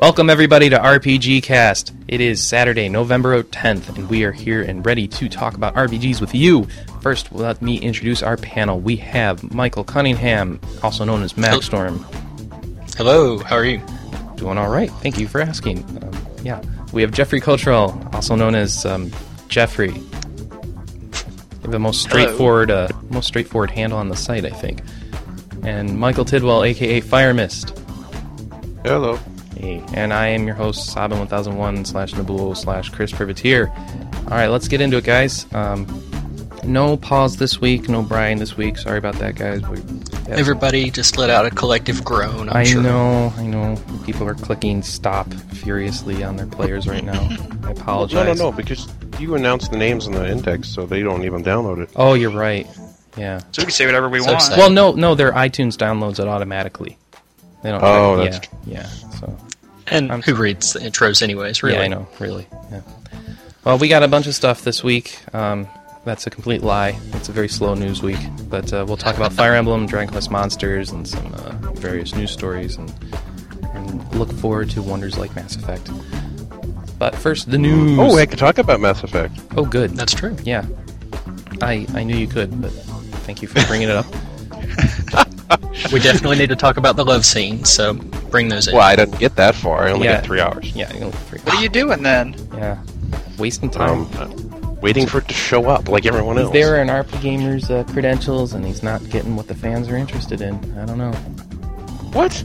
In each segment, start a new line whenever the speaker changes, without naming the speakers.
Welcome everybody to RPG Cast. It is Saturday, November 10th, and we are here and ready to talk about RPGs with you. First, let me introduce our panel. We have Michael Cunningham, also known as Maxstorm.
Hello, how are you?
Doing all right. Thank you for asking. Um, yeah, we have Jeffrey Cultural, also known as um, Jeffrey. The most straightforward, uh, most straightforward handle on the site, I think. And Michael Tidwell, aka Fire Mist.
Hello.
Hey, and I am your host, Sabin1001 slash Nabulo slash Chris Privateer. All right, let's get into it, guys. Um, no pause this week, no Brian this week. Sorry about that, guys. We,
Everybody just let out a collective groan. I'm
I
sure.
know, I know. People are clicking stop furiously on their players right now. I apologize.
No, no, no, because you announced the names in the index, so they don't even download it.
Oh, you're right. Yeah.
So we can say whatever we
So
want.
excited.
Well, no, no. Their iTunes downloads it automatically. They don't.
Oh,
yeah,
that's tr-
yeah. So
And
I'm-
who reads the intros, anyways? Really?
Yeah, I know, really. Yeah. Well, we got a bunch of stuff this week. Um, that's a complete lie. It's a very slow news week, but uh, we'll talk about Fire Emblem, Dragon Quest Monsters, and some uh, various news stories, and, and look forward to wonders like Mass Effect. But first, the news.
Oh, I could talk about Mass Effect.
oh, good.
That's true.
yeah. I I knew you could, but thank you for bringing it up.
We definitely need to talk about the love scene, so bring those in.
Well, I didn't get that far. I only
Yeah.
got three hours.
Yeah, you know, free-
what are you doing then?
yeah, wasting time.
Um, uh, waiting for it to show up like everyone
He's
else.
there in RP Gamer's uh, credentials, and he's not getting what the fans are interested in. I don't know.
What?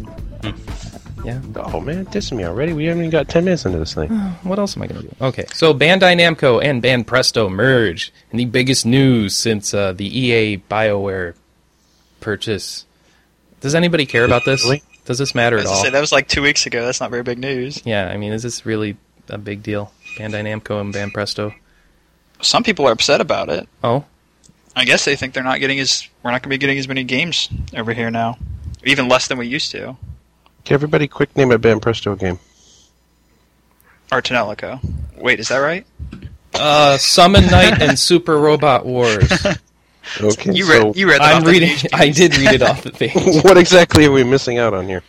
Yeah.
Oh man, dissing me already. We haven't even got ten minutes into this thing.
What else am I going to do? Okay, so Bandai Namco and Band Presto merge, and the biggest news since uh, the EA BioWare purchase. Does anybody care about this?
Really?
Does this matter
I
at
was gonna
all?
say, that was like two weeks ago. That's not very big news.
Yeah, I mean, is this really a big deal? Bandai Namco and Band Presto.
Some people are upset about it.
Oh,
I guess they think they're not getting as we're not going to be getting as many games over here now, even less than we used to.
Everybody, quick name a Ben Presto game.
Artanelico. Wait, is that right?
uh, Summon Knight and Super Robot Wars.
Okay.
You read
so
you read that
I'm
off the
reading.
page,
I
dude.
did read it off the page.
what exactly are we missing out on here?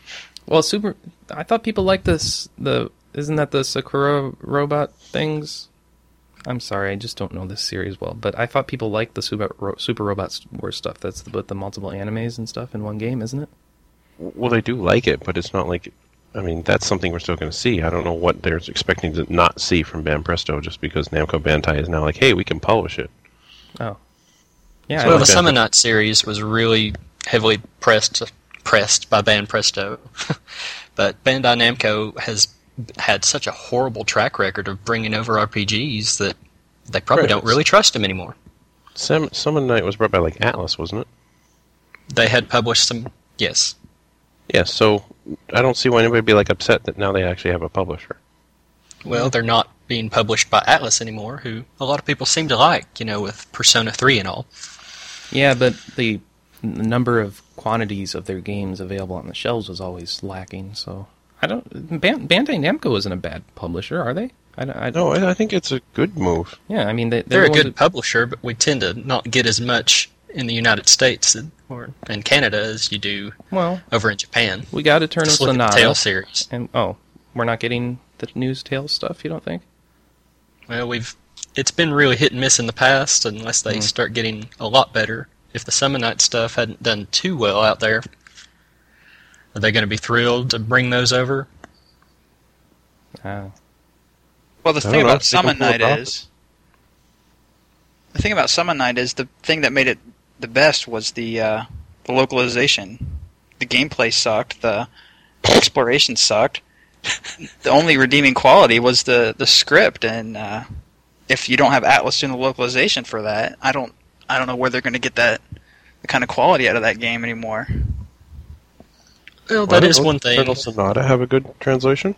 Well, super. I thought people liked this. The isn't that the Sakura robot things? I'm sorry, I just don't know this series well. But I thought people liked the Super ro- Super Robot Wars stuff. That's the, with the multiple animes and stuff in one game, isn't it?
Well, they do like it, but it's not like. I mean, that's something we're still going to see. I don't know what they're expecting to not see from Ben Presto just because Namco Bandai is now like, hey, we can publish it.
Oh, yeah. I
Well, the
like-
Okay.
Summonot series was really heavily pressed pressed by Band Presto, but Bandai Namco has had such a horrible track record of bringing over RPGs that they probably
Right.
don't really trust them anymore.
Sam, Summon Night was brought by like Atlas, wasn't it?
They had published some, yes,
Yeah. So I don't see why anybody would be like upset that now they actually have a publisher.
Well, they're not being published by Atlas anymore, who a lot of people seem to like, you know, with Persona 3 and all.
yeah, but the n- number of quantities of their games available on the shelves was always lacking. So I don't. Ban- Bandai Namco isn't a bad publisher, are they? I don't. I don't
No, I, I think it's a good move.
yeah, I mean they,
They're,
the
a
ones
good
that-
publisher, but we tend to not get as much in the United States and- or in Canada as you do
well,
over in Japan.
we got Eternal
Just look at the
Sonata.
Tales series.
And oh, we're not getting the news tales stuff. You don't think?
Well, we've it's been really hit and miss in the past, unless they start getting a lot better. If the Summonite stuff hadn't done too well out there, are they going to be thrilled to bring those over?
Uh,
I
Well, the
don't
thing
know,
about
they can
Summon
pull it
Night
off.
is the thing about Summon Night is the thing that made it the best was the uh, the localization. The gameplay sucked. The exploration sucked. the only redeeming quality was the the script, and uh, if you don't have Atlas doing the localization for that, I don't I don't know where they're going to get that the kind of quality out of that game anymore.
Well, that
Why
is
don't
one thing.
Eternal Sonata have a good translation.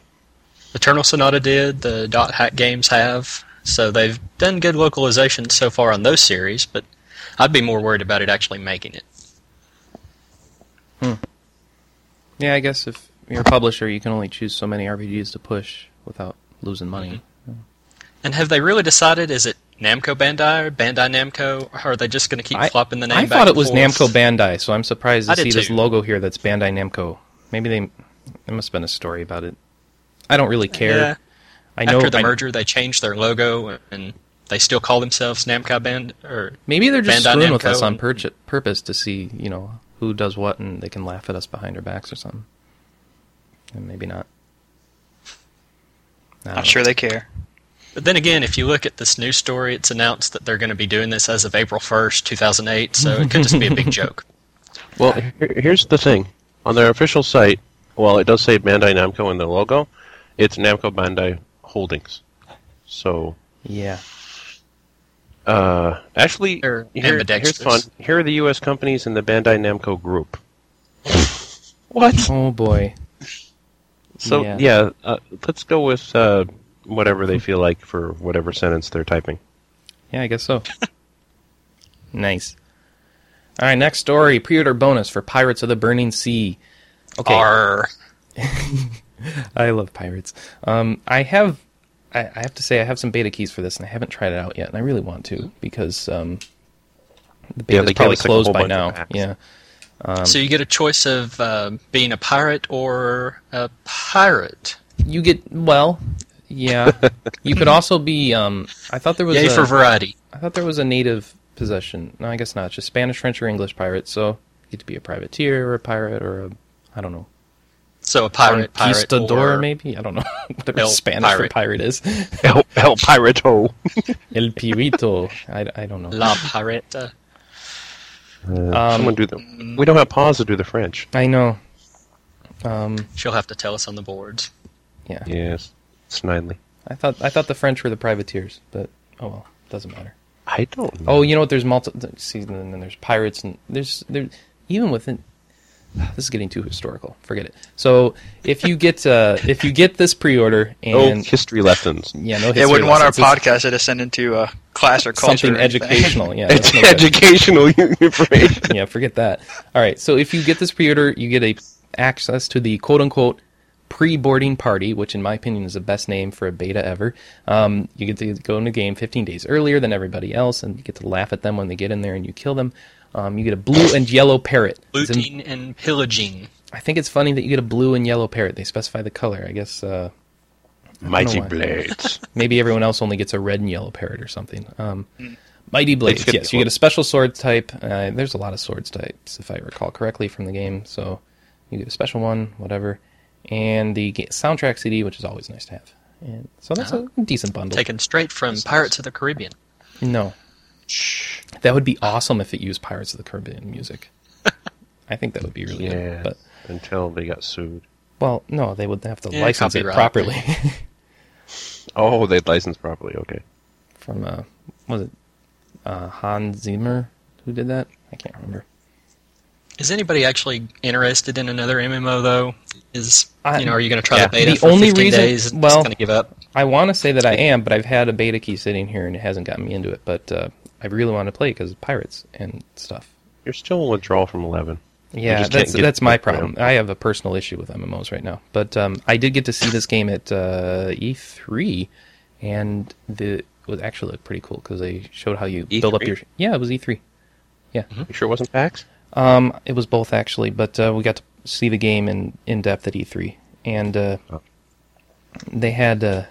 Eternal Sonata did, the Dot Hack games have, So they've done good localization so far on those series, but I'd be more worried about it actually making it.
Yeah, I guess if you're a publisher, you can only choose so many RPGs to push without losing money.
Mm-hmm. And have they really decided? Is it Namco Bandai or Bandai Namco? Or are they just going to keep
I,
flopping the name
I
back
thought it
and
was
forth?
Namco Bandai, so I'm surprised to
I
see
did
this
too.
logo here that's Bandai Namco. Maybe they there must have been a story about it. I don't really care.
Yeah.
I know
After the
I-
merger, they changed their logo and they still call themselves Namco Band or
maybe they're just
Bandai
screwing with
Namco
us on
and-
purch- purpose to see, you know, who does what and they can laugh at us behind our backs or something. And maybe not. I
Uh,
don't know.
I'm sure they care.
But then again, if you look at this news story, it's announced that they're going to be doing this as of April 1st, 2008, so it could just be a big joke.
Well, here- here's the thing. On their official site, well, it does say Bandai Namco in the logo. It's Namco Bandai Holdings. So,
Yeah.
uh, actually,
They're
here, here's
ambidextrous.
fun. Here are the U.S. companies in the Bandai Namco group. what?
Oh boy.
So
Yeah.
yeah, uh, let's go with uh, whatever they feel like for whatever sentence they're typing.
Yeah, I guess so. nice. All right, next story pre-order bonus for Pirates of the Burning Sea. Okay.
Arr.
I love pirates. Um, I have, I, I have to say, I have some beta keys for this, and I haven't tried it out yet, and I really want to because um, the
Yeah,
beta's
they gave
probably
us, like, a
closed
whole
by
bunch of
now.
packs.
Yeah, Um,
so you get a choice of uh, being a pirate or a pirate.
you get well. Yeah, you could also be. Um, I thought there was.
Yay
a,
for variety.
I thought there was a native possession. No, I guess not. It's just Spanish, French, or English pirate. So you get to be a privateer or a pirate or a, I don't know,
So a pirate, pirate,
conquistador
or
maybe. I don't know whatever
El
Spanish for
pirate.
pirate is.
El, El Pirato.
El pirito. I, I don't know.
la pirata.
Someone do the. We don't have pause to do the French.
I know. Um,
She'll have to tell us on the boards.
yeah.
Yes, Snidely.
I thought I thought the French were the privateers, but oh well, doesn't matter.
I don't. Know.
Oh, you know what? There's multi. th- See, and then there's pirates, and there's there even within. This is getting too historical. Forget it. So if you get uh, if you get this pre-order
no
and
history lessons.
yeah, no,
They
history
wouldn't want our
lessons. It's
podcast to descend into a class or culture.
Something
or anything.
educational, yeah.
It's
that's no good.
educational information.
yeah, forget that. All right, so if you get this pre-order, you get a access to the quote-unquote pre-boarding party, which in my opinion is the best name for a beta ever. Um, you get to go in the game 15 days earlier than everybody else, and you get to laugh at them when they get in there and you kill them. Um, you get a blue and yellow parrot. It's in-
Looting and pillaging.
I think it's funny that you get a blue and yellow parrot. They specify the color. I guess uh,
Mighty
why.
blades.
maybe everyone else only gets a red and yellow parrot or something. Um, Mighty Blades,
It's gonna
yes.
be
You
one.
get a special sword type. Uh, there's a lot of swords types, if I recall correctly, from the game. So you get a special one, whatever. And the ga- soundtrack CD, which is always nice to have. And so that's a decent bundle.
Taken straight from Pirates of the Caribbean.
No. That would be awesome if it used Pirates of the Caribbean music. I think that would be really good.
yeah.
But,
Until they got sued.
well, no, they would have to
Yeah,
license it
copyright.
properly
Oh, they licensed properly. Okay.
from, uh, was it uh, Hans Zimmer who did that? I can't remember.
Is anybody actually interested in another MMO though? Is
I-
you know, are you going to try
yeah.
the beta
The
for
only
15
reason-
days and
well-
just going to give up?
I want to say that I am, but I've had a beta key sitting here and it hasn't gotten me into it. But uh, I really want to play because of pirates and stuff.
You're still in withdrawal from 11. You
Yeah,
just
that's
can't get
that's my
it down.
problem. I have a personal issue with MMOs right now. But um, I did get to see this game at uh, E3, and the it was actually looked pretty cool because they showed how you build up
E3?
your. Yeah, it was E E3.
You sure it wasn't PAX?
Um, it was both actually, but uh, we got to see the game in, in depth at E3, and uh,
Oh.
they had uh,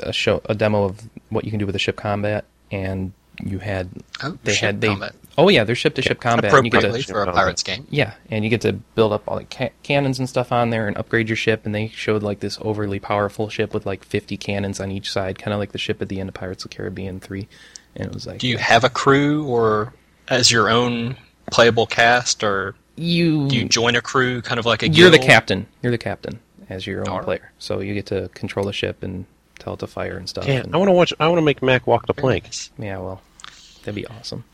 a show a demo of what you can do with the ship combat, and you had
Oh,
they
ship
had they
combat.
oh yeah, there's ship to ship combat. and you get to-
appropriately for a
Combat.
pirates game.
yeah, and you get to build up all the ca- cannons and stuff on there and upgrade your ship. And they showed like this overly powerful ship with like 50 cannons on each side, kind of like the ship at the end of Pirates of the Caribbean 3. And it was like
Do you have a crew or as your own playable cast or
you
do you join a crew kind of like a
Mm. You're the
guild?
captain. You're the captain as your own
Alright.
player. So you get to control the ship and tell it to fire and stuff.
Yeah,
and-
I want to watch. I want to make Mac walk the plank.
yeah, well, that'd be awesome.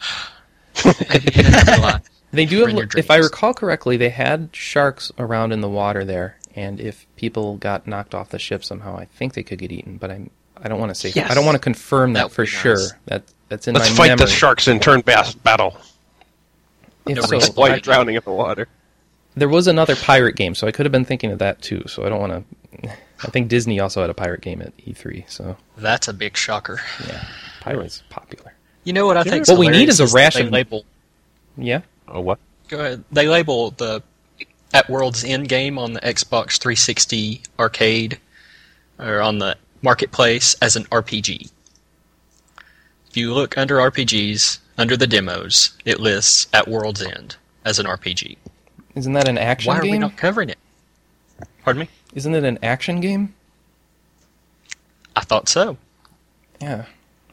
Maybe you didn't have a lot.
They do
Bring
have,
your
if I
dreams.
recall correctly, they had sharks around in the water there, and if people got knocked off the ship somehow, I think they could get eaten. But I I don't want to say.
Yes.
I don't want to confirm that,
That would
for
be nice.
sure. That that's in
Let's
my
fight
memory.
the sharks in turn bas- battle.
If
No
so,
reason.
White drowning in the water.
there was another pirate game, so I could have been thinking of that too. So I don't want to. I think Disney also had a pirate game at E3. So
That's a big shocker.
yeah, pirates popular.
You know what I think?
What we need is a rash
they
of-
label.
Yeah.
Oh what?
Go ahead. They label the At World's End game on the Xbox 360 arcade or on the marketplace as an RPG. If you look under RPGs, under the demos, it lists At World's End as an RPG.
Isn't that an action
Why are
game?
we not covering it? Pardon me?
Isn't it an action game?
I thought so.
Yeah.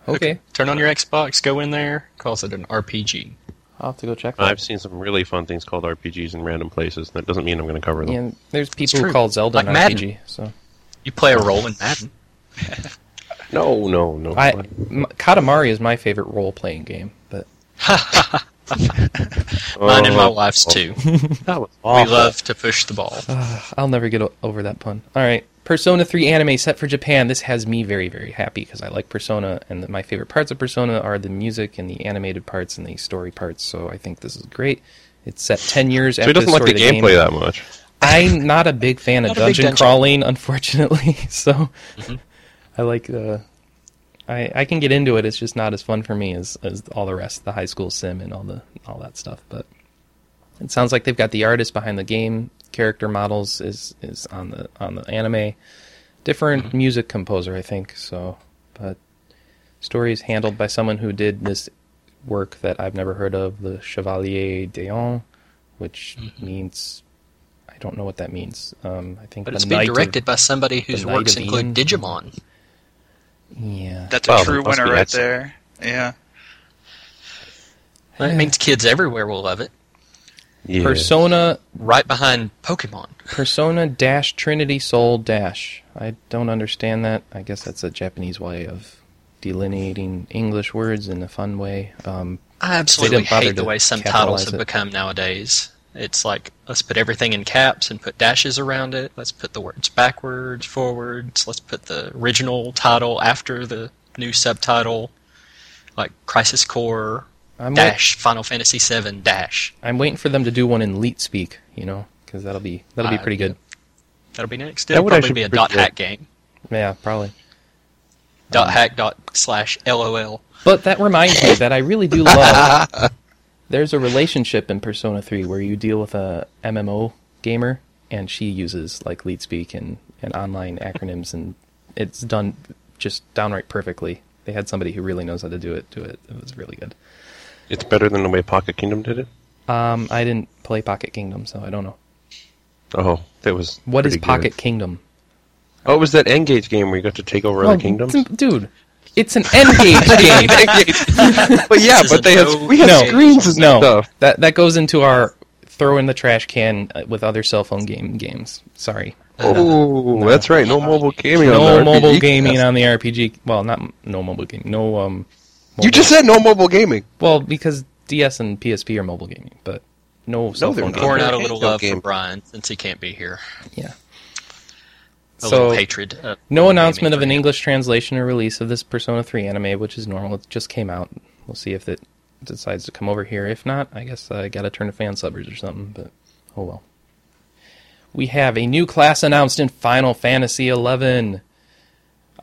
Okay.
Turn on your Xbox, go in there, calls it an RPG.
I'll have to go check that.
I've seen some really fun things called RPGs in random places. That doesn't mean I'm going to cover them.
yeah, there's people
true.
who call Zelda
Like
an
Madden.
RPG. So
You play a role in Madden.
No, no, no.
I m- Katamari is my favorite role-playing game, but
Mine and my
Oh,
wife's too.
That was
We
awful.
love to push the ball.
I'll never get o- over that pun. All right. Persona 3 anime set for Japan. This has me very, very happy because I like Persona, and my favorite parts of Persona are the music and the animated parts and the story parts, so I think this is great. It's set 10 years
So
after
he doesn't
the
like
story
the
of the
gameplay
game.
that much.
I'm not a big fan of
Not a big
dungeon,
dungeon. Mm-hmm.
crawling, unfortunately, so I like. Uh, I, I can get into it. It's just not as fun for me as, as all the rest, the high school sim and all the all that stuff. But it sounds like they've got the artist behind the game. Character models is is on the on the anime. Different
Mm-hmm.
music composer, I think. So, but story is handled by someone who did this work that I've never heard of, the Chevalier d'Eon, which
Mm-hmm.
means I don't know what that means. Um, I think
But
the
it's being
Knight of-
directed by somebody whose
the Knight
works
of
include
Ian.
Digimon.
yeah,
That's
Well,
a true
it must
winner
be
right
excellent.
there. Yeah.
That means kids everywhere will love it.
Yeah.
Persona
Right behind Pokemon.
Persona Dash Trinity Soul Dash. I don't understand that. I guess that's a Japanese way of delineating English words in a fun way. Um,
I absolutely
didn't bother
hate the
to
way some
capitalize
titles have
it.
become nowadays. It's like let's put everything in caps and put dashes around it. Let's put the words backwards, forwards. Let's put the original title after the new subtitle, like Crisis Core
I'm, wait-
Dash Final Fantasy VII Dash.
I'm waiting for them to do one in Leet Speak, you know, because that'll be that'll be
Uh,
pretty good.
That'll be next.
That
It'll
would
probably
actually
be a
be pretty
dot
good.
hack game.
Yeah, probably.
Dot hack dot slash lol.
But that reminds me that I really do love. There's a relationship in Persona 3 where you deal with a MMO gamer, and she uses like lead speak and, and online acronyms, and it's done just downright perfectly. They had somebody who really knows how to do it do it. It was really good.
It's better than the way Pocket Kingdom did it.
Um, I didn't play Pocket Kingdom, so I don't know
Oh, that was
what is
pretty good.
Pocket Kingdom.
Oh, it was that N-Gage game where you got to take over
Oh,
other kingdoms.
d- dude, it's an N gauge game.
but yeah,
This is
but they had
no
we had
no,
screens and
no.
stuff.
That that goes into our throw in the trash can uh, with other cell phone game games. Sorry,
Oh, that's right. No mobile gaming. on
no
the
mobile
RPG
gaming
cast.
on the RPG. Well, not m- no mobile gaming. No um. Mobile.
You just said no mobile gaming.
well because DS and PSP are mobile gaming, but no cell
they're
phone
not.
gaming.
Pouring out a
Handheld
little love
game.
for Brian since he can't be here.
Yeah.
A
So,
little hatred. uh, of
No
gaming
announcement of
for
an
him.
English translation or release of this Persona 3 anime, which is normal. It just came out. We'll see if it decides to come over here. If not, I guess I gotta turn to fan subbers or something, but oh well. We have a new class announced in Final Fantasy XI.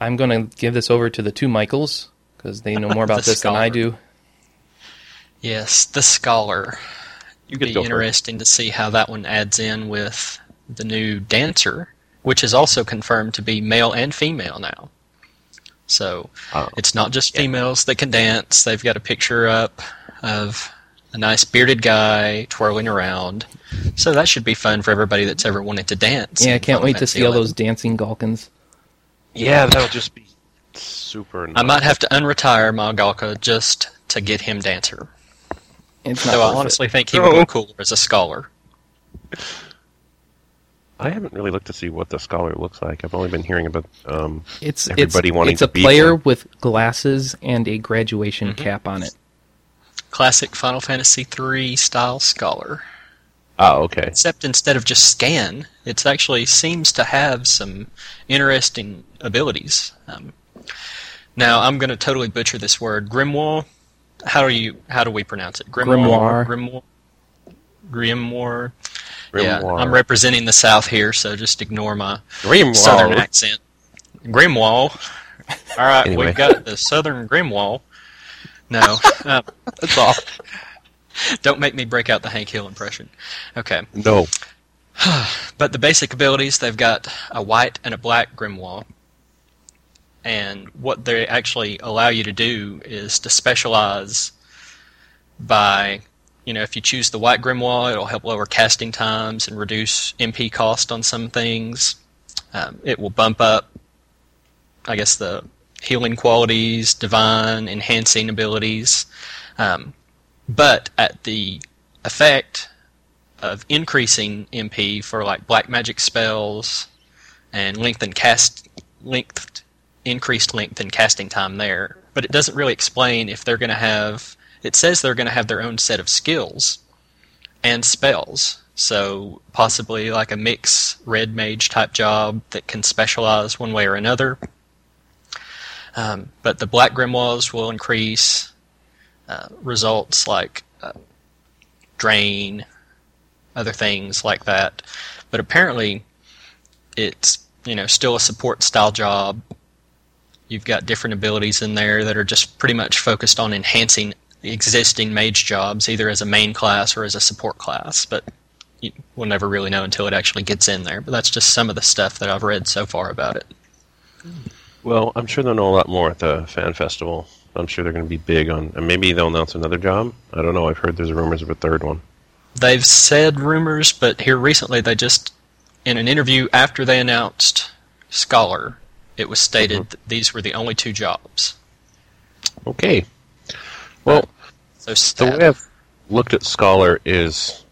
I'm gonna give this over to the two Michaels, because they know more about
The
this than I
scholar.
do.
Yes, the scholar.
You
It'd
could
be
go first.
interesting to see how that one adds in with the new dancer, which is also confirmed to be male and female now. So
Oh.
it's not just females that can dance. They've got a picture up of a nice bearded guy twirling around. So that should be fun for everybody that's ever wanted to dance.
Yeah, I
in
can't
Final
wait to
Fantasy
see all
XI.
those dancing Galkins.
Yeah, that'll just be super.
I might have to unretire my Galka just to get him dancer.
It's not
Though I
worth it.
honestly think he would
No.
look cooler as a scholar.
I haven't really looked to see what the scholar looks like. I've only been hearing about. Um,
It's
Everybody
it's,
wanting
it's a
to be
player
one.
with glasses and a graduation
Mm-hmm.
cap on it.
Classic Final Fantasy III style scholar. Ah,
oh, okay.
except instead of just scan, it actually seems to have some interesting abilities. Um, Now I'm going to totally butcher this word. Grimoire. How do you? How do we pronounce it?
Grimoire.
Grimoire. Grimoire. Yeah,
Grimoire.
I'm representing the South here, so just ignore my
Grimoire.
Southern accent. Grimoire. All right,
Anyway.
we've got the Southern Grimoire. No, uh,
That's all.
don't make me break out the Hank Hill impression. Okay.
No.
But the basic abilities, they've got a white and a black Grimoire. And what they actually allow you to do is to specialize by, you know, if you choose the white Grimoire, it'll help lower casting times and reduce MP cost on some things. Um, it will bump up, I guess, the healing qualities, divine, enhancing abilities. Um, but at the effect, of increasing MP for like black magic spells and length and cast length increased length and casting time there. But it doesn't really explain if they're going to have. It says they're going to have their own set of skills and spells. So possibly like a mix red mage type job that can specialize one way or another. Um, but the black grimoires will increase uh, results like uh, drain, other things like that. But apparently, it's you know still a support style job. You've got different abilities in there that are just pretty much focused on enhancing existing mage jobs, either as a main class or as a support class. But you, we'll never really know until it actually gets in there. But that's just some of the stuff that I've read so far about it.
Well, I'm sure they'll know a lot more at the fan festival. I'm sure they're going to be big on. And maybe they'll announce another job. I don't know. I've heard there's rumors of a third one.
They've said rumors, but here recently they just, in an interview after they announced Scholar, it was stated that these were the only two jobs.
Okay. Well,
So
the
sad.
way I've looked at Scholar is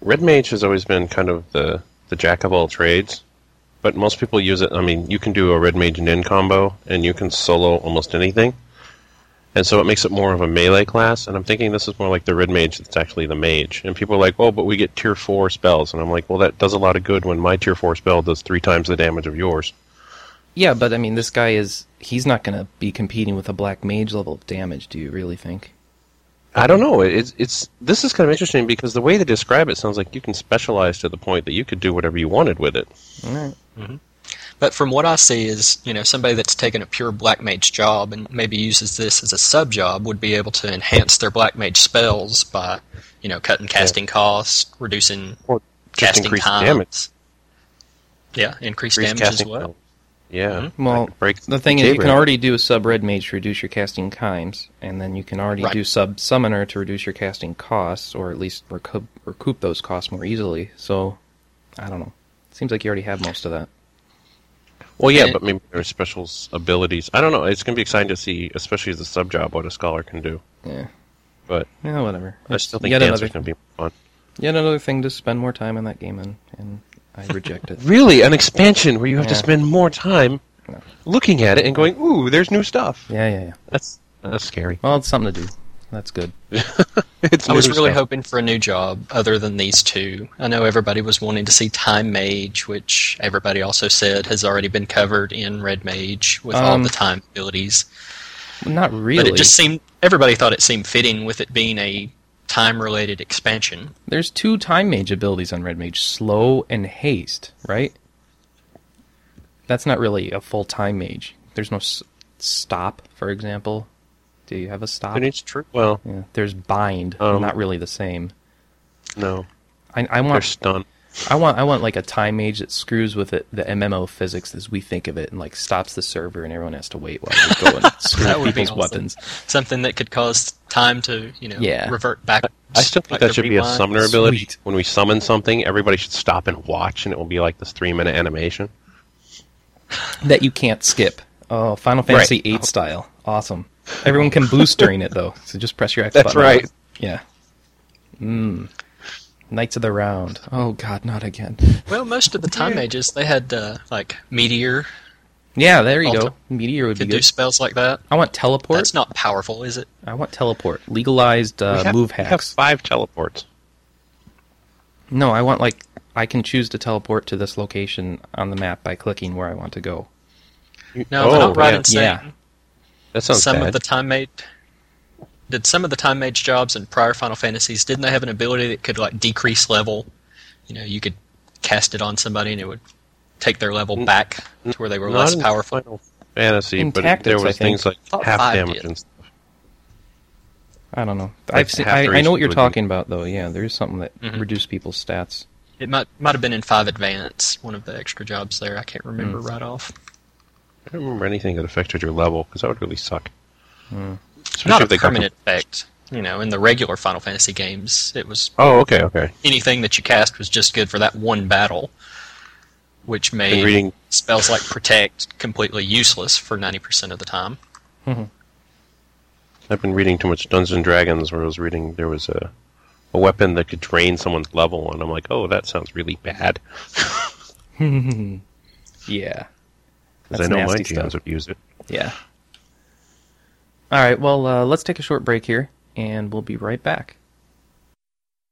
Red Mage has always been kind of the, the jack of all trades, but most people use it. I mean, you can do a Red Mage Nin combo, and you can solo almost anything. And so it makes it more of a melee class, and I'm thinking this is more like the Red Mage that's actually the Mage. And people are like, oh, but we get tier 4 spells. And I'm like, well, that does a lot of good when my tier 4 spell does three times the damage of yours.
Yeah, but I mean, this guy is—he's not going to be competing with a black mage level of damage. Do you really think?
I don't know. It- It's it's this is kind of interesting because the way they describe it sounds like you can specialize to the point that you could do whatever you wanted with it.
But from what I see is, you know, somebody that's taken a pure black mage job and maybe uses this as a sub job would be able to enhance their black mage spells by, you know, cutting casting costs, reducing
Or just
casting
increase
times.
damage.
Yeah, increase
Increase
damage as
casting
well.
spell. Yeah.
Well,
break
the thing is,
the
you can
K-rate.
already do a sub red mage to reduce your casting times, and then you can already
Right.
do sub summoner to reduce your casting costs, or at least recoup, recoup those costs more easily. So, I don't know. Seems like you already have most of that.
Well, yeah,
and-
but maybe there are special s- abilities. I don't know. It's going to be exciting to see, especially as a sub job, what a scholar can do.
Yeah.
But
Yeah, whatever.
I still think
yet
dance
another,
is going to be fun.
yet another thing to spend more time in that game, and, and I reject it.
Really, an expansion where you have
Yeah.
to spend more time
No.
looking at it and going, "Ooh, there's new stuff."
Yeah, yeah, yeah.
That's that's scary.
Well, it's something to do. That's good.
It's
I was
new
really
stuff.
hoping for a new job other than these two. I know everybody was wanting to see Time Mage, which everybody also said has already been covered in Red Mage with all
Um,
the time abilities.
Not really.
But it just seemed everybody thought it seemed fitting with it being a time related expansion.
There's two time mage abilities on Red Mage: slow and haste. Right? That's not really a full time mage. There's no s- stop, for example. Do you have a stop?
And it's true. Well,
Yeah. There's bind.
Um,
not really the same.
no,
I, I
they're
want,
stunned.
I want, I want like a time mage that screws with it, the MMO physics as we think of it, and like stops the server, and everyone has to wait while we go and screw
That
with
would be
people's
awesome.
weapons.
Something that could cause time to, you know,
Yeah.
revert back.
I still think that should be a summoner ability.
Sweet.
When we summon something, everybody should stop and watch, and it will be like this three-minute animation.
that you can't skip. Oh, Final Fantasy VIII style. Awesome. Everyone can boost during it though, so just press your X
That's
button.
right.
Yeah. Mm. Knights of the Round. Oh God, not again.
Well, most of the time mages they had uh, like meteor
Yeah, there you
Alter-
go. Meteor would be
could do
good.
spells like that.
I want teleport.
That's not powerful, is it?
I want teleport. Legalized uh,
We have-
move
We have
hacks.
five teleports.
No, I want like I can choose to teleport to this location on the map by clicking where I want to go.
You-
No, am I
oh,
not right
yeah.
in saying
Yeah.
That sounds
some
bad.
of the time made did some of the time mage jobs in prior Final Fantasies didn't they have an ability that could like decrease level? You know, you could cast it on somebody and it would take their level
N-
back to where they were
Not
less
in
powerful.
Final Fantasy,
In
but
Tactics,
there
I
was
think.
things like
Thought
half
five
damage
did.
and stuff.
I don't know.
Like
I've seen,
half
I,
the
I know what
reason
you're
would be- Mm-hmm.
talking about though. Yeah, there is something that
Mhm.
reduced people's stats.
It might might have been in five advance, one of the extra jobs there. I can't remember
Hmm.
right off.
I don't remember anything that affected your level because that would really suck.
Hmm.
Especially
Not a
if they got
permanent effect. You know, in the regular Final Fantasy games, it was
the- Oh, okay, okay.
anything that you cast was just good for that one battle, which made
Been reading.
spells like protect completely useless for 90% of the time.
I've been reading too much Dungeons and Dragons, where I was reading there was a a weapon that could drain someone's level, and I'm like, oh, that sounds really bad
Yeah.
because I
That's
know my
nasty
GMs
stuff.
would use it.
Yeah. All right. Well, uh, let's take a short break here, and we'll be right back.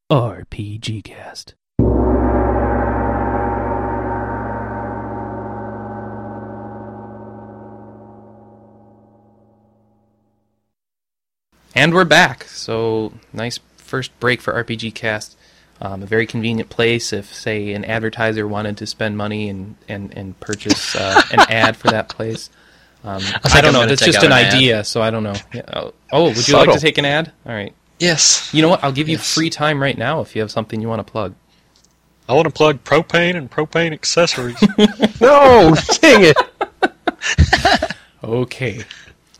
RPG Cast. And we're back. So nice first break for RPG Cast. Um, a very convenient place if, say, an advertiser wanted to spend money and and and purchase uh, an ad for that place. Um, I,
think
don't
I'm
know.
gonna
That's
take
just
out
an,
an ad.
idea, so I don't know. Yeah, Oh, oh, would you like
Subtle.
to take an ad? All right.
Yes.
You know what? I'll give you
Yes.
free time right now if you have something you want to plug.
I want to plug propane and propane accessories.
No, dang it!
Okay.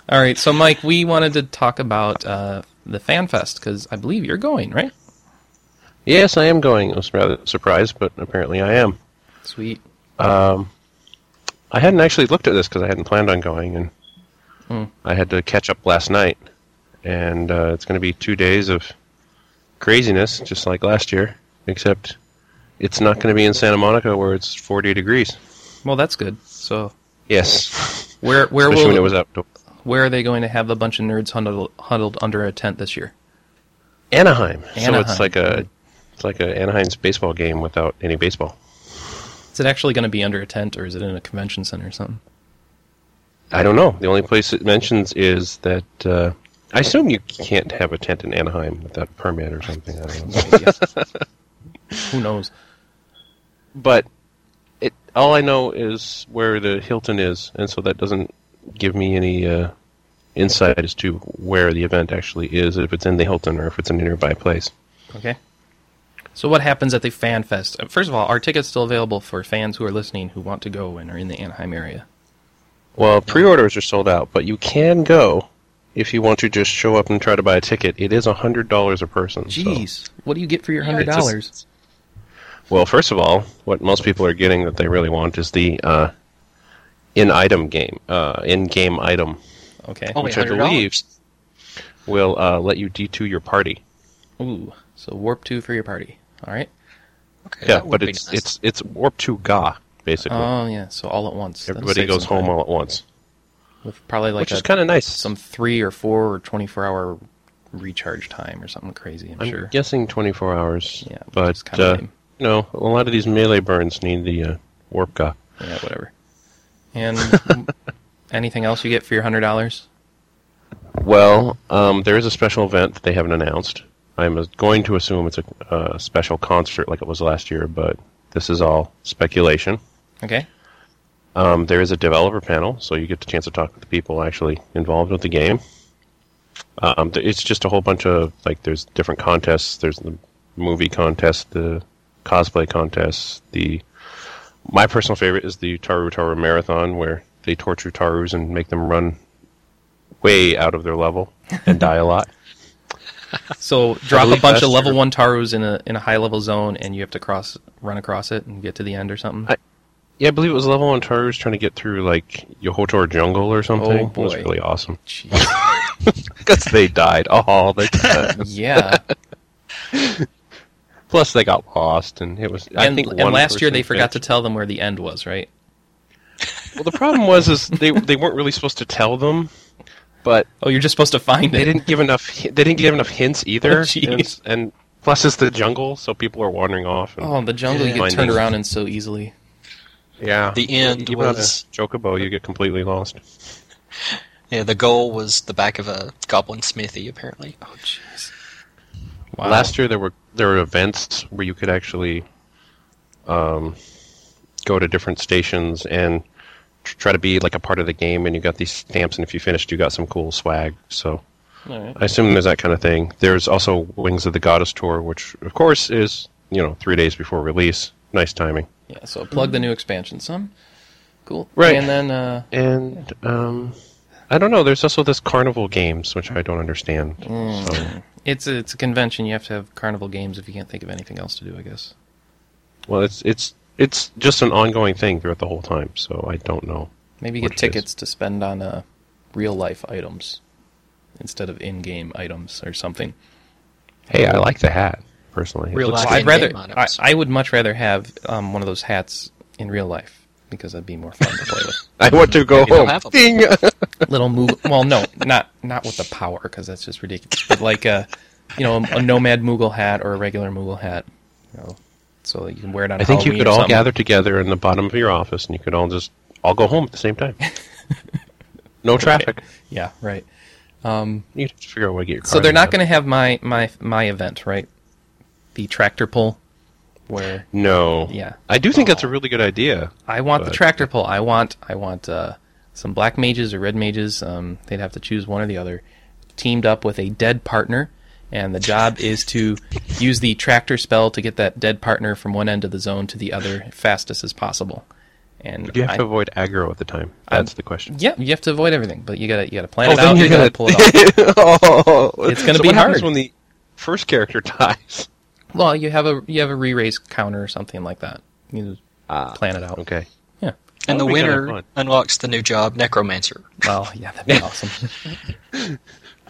All right. So, Mike, we wanted to talk about uh, the Fan Fest because I believe you're going, right?
Yes, I am going. I was rather surprised, but apparently I am.
Sweet.
I hadn't actually looked at this because I hadn't planned on going, and
Hmm.
I had to catch up last night. And uh, it's going to be two days of craziness, just like last year, except it's not going to be in Santa Monica where it's 40 degrees.
Well, that's good. So,
Yes,
where where
especially when it
will
was outdoors.
where are they going to have the bunch of nerds huddled, huddled under a tent this year?
Anaheim. So
Anaheim.
it's like a it's like a Anaheim's baseball game without any baseball.
Is it actually going to be under a tent, or is it in a convention center or something?
I don't know. The only place it mentions is that uh, I assume you can't have a tent in Anaheim without a permit or something. I don't know.
Who knows?
but it all I know is where the Hilton is, and so that doesn't give me any uh, insight as to where the event actually is, if it's in the Hilton or if it's in a nearby place.
Okay. So what happens at the Fan Fest? Uh, First of all, are tickets still available for fans who are listening who want to go and are in the Anaheim area?
Well, pre-orders are sold out, but you can go if you want to just show up and try to buy a ticket. It is hundred dollars a person. so-
Jeez, what do you get for your hundred
it's
dollars?
just- Well, first of all, what most people are getting that they really want is the uh, in-item game, uh, in-game item,
Okay.
Only
which I
$100?
believe will uh, let you D2 your party.
Ooh. So warp two for your party. All right.
Okay,
yeah,
that would
but
be
it's
nice.
it's it's warp two ga basically.
Oh yeah. So all at once. That'll
Everybody
save
goes
some
home
time.
all at once,
with probably like
which
a,
is kind of nice.
some three or four or twenty-four hour recharge time or something crazy. I'm,
I'm
sure.
guessing 24 hours.
Yeah, which
but
is kinda
uh,
lame.
you know, a lot of these melee burns need the uh, warp ga.
Yeah. Whatever. And anything else you get for your hundred dollars?
Well, um, there is a special event that they haven't announced. I'm uh, going to assume it's a uh, special concert like it was last year, but this is all speculation.
Okay.
Um, there is a developer panel, so you get the chance to talk with the people actually involved with the game. Um, th- it's just a whole bunch of like there's different contests. There's the movie contest, the cosplay contest. The my personal favorite is the Taru Taru Marathon, where they torture Tarus and make them run way out of their level and die a lot.
So drop a
believe
bunch
that's
of level
true.
one Tarus in a in a high level zone, and you have to cross run across it and get to the end or something.
I- Yeah, I believe it was level one Tarus trying to get through like Yohotor Jungle or something.
Oh,
It was
boy.
really awesome
Jeez.
because they died all the time.
yeah,
Plus, they got lost, and it was. I
and,
think
and
one
last year they
person
forgot to
finished.
tell them where the end was, right?
Well, the problem was is they they weren't really supposed to tell them, but
Oh, you're just supposed to find
they
it.
didn't give enough. hi- They didn't give enough hints either.
Oh, jeez.
and, and plus, it's the jungle, so people are wandering off. And,
Oh, the jungle you get
Finding-
turned around in so easily.
Yeah.
The end
Even on a
was-
Chocobo, you get completely lost.
Yeah, the goal was the back of a goblin smithy, apparently.
Oh, jeez. Wow.
Last year there were there were events where you could actually um, go to different stations and tr- try to be like a part of the game, and you got these stamps, and if you finished, you got some cool swag. So
Alright.
I assume there's that kind of thing. There's also Wings of the Goddess tour, which of course is you know three days before release. Nice timing.
Yeah, so plug the new expansion some. Cool.
Right.
And then uh,
And um, I don't know. There's also this Carnival Games, which I don't understand.
Mm.
So,
it's a, it's a convention. You have to have carnival games if you can't think of anything else to do, I guess.
well, it's it's it's just an ongoing thing throughout the whole time. So I don't know.
Maybe you get
Which is-
tickets to spend on uh, real life items instead of in game items or something.
Hey, I like the hat personally. It
Real
looks-
life.
I'd
in-game
rather I,
items.
I would much rather have um, one of those hats in real life because that'd be more fun to play with.
I want to go
Maybe they'll
home.
have 'em.
Ding!
Little move. Well, no, not not with the power because that's just ridiculous. But like a you know a, nomad Moogle hat or a regular Moogle hat, you know, so that you can wear it on.
I think you
Halloween
could
or
all
something.
gather together in the bottom of your office, and you could all just all go home at the same time. No traffic.
Yeah, right.
You just figure out where to get your.
So they're not going to have my my my event, right? The tractor pull, where
to. No.
Yeah.
I do think
Oh.
that's a really good idea.
I want the
But-
tractor pull. I want I want uh, some black mages or red mages. Um, they'd have to choose one or the other, teamed up with a dead partner, and the job is to use the tractor spell to get that dead partner from one end of the zone to the other fastest as possible. And
Do you have
I-
to avoid aggro at the time? That's the question.
yeah, you have to avoid everything, but you gotta you gotta plan
Oh,
it
then
out.
you're
You gotta
gonna-
pull it off.
oh,
It's gonna
so
be
what happens
hard.
when the first character dies.
well, you have a you have a re-raise counter or something like that. You just
Ah.
plan it out.
Okay.
Yeah.
And the
That would be kinda
winner
fun.
unlocks the new job, Necromancer.
Well, yeah, that'd be awesome.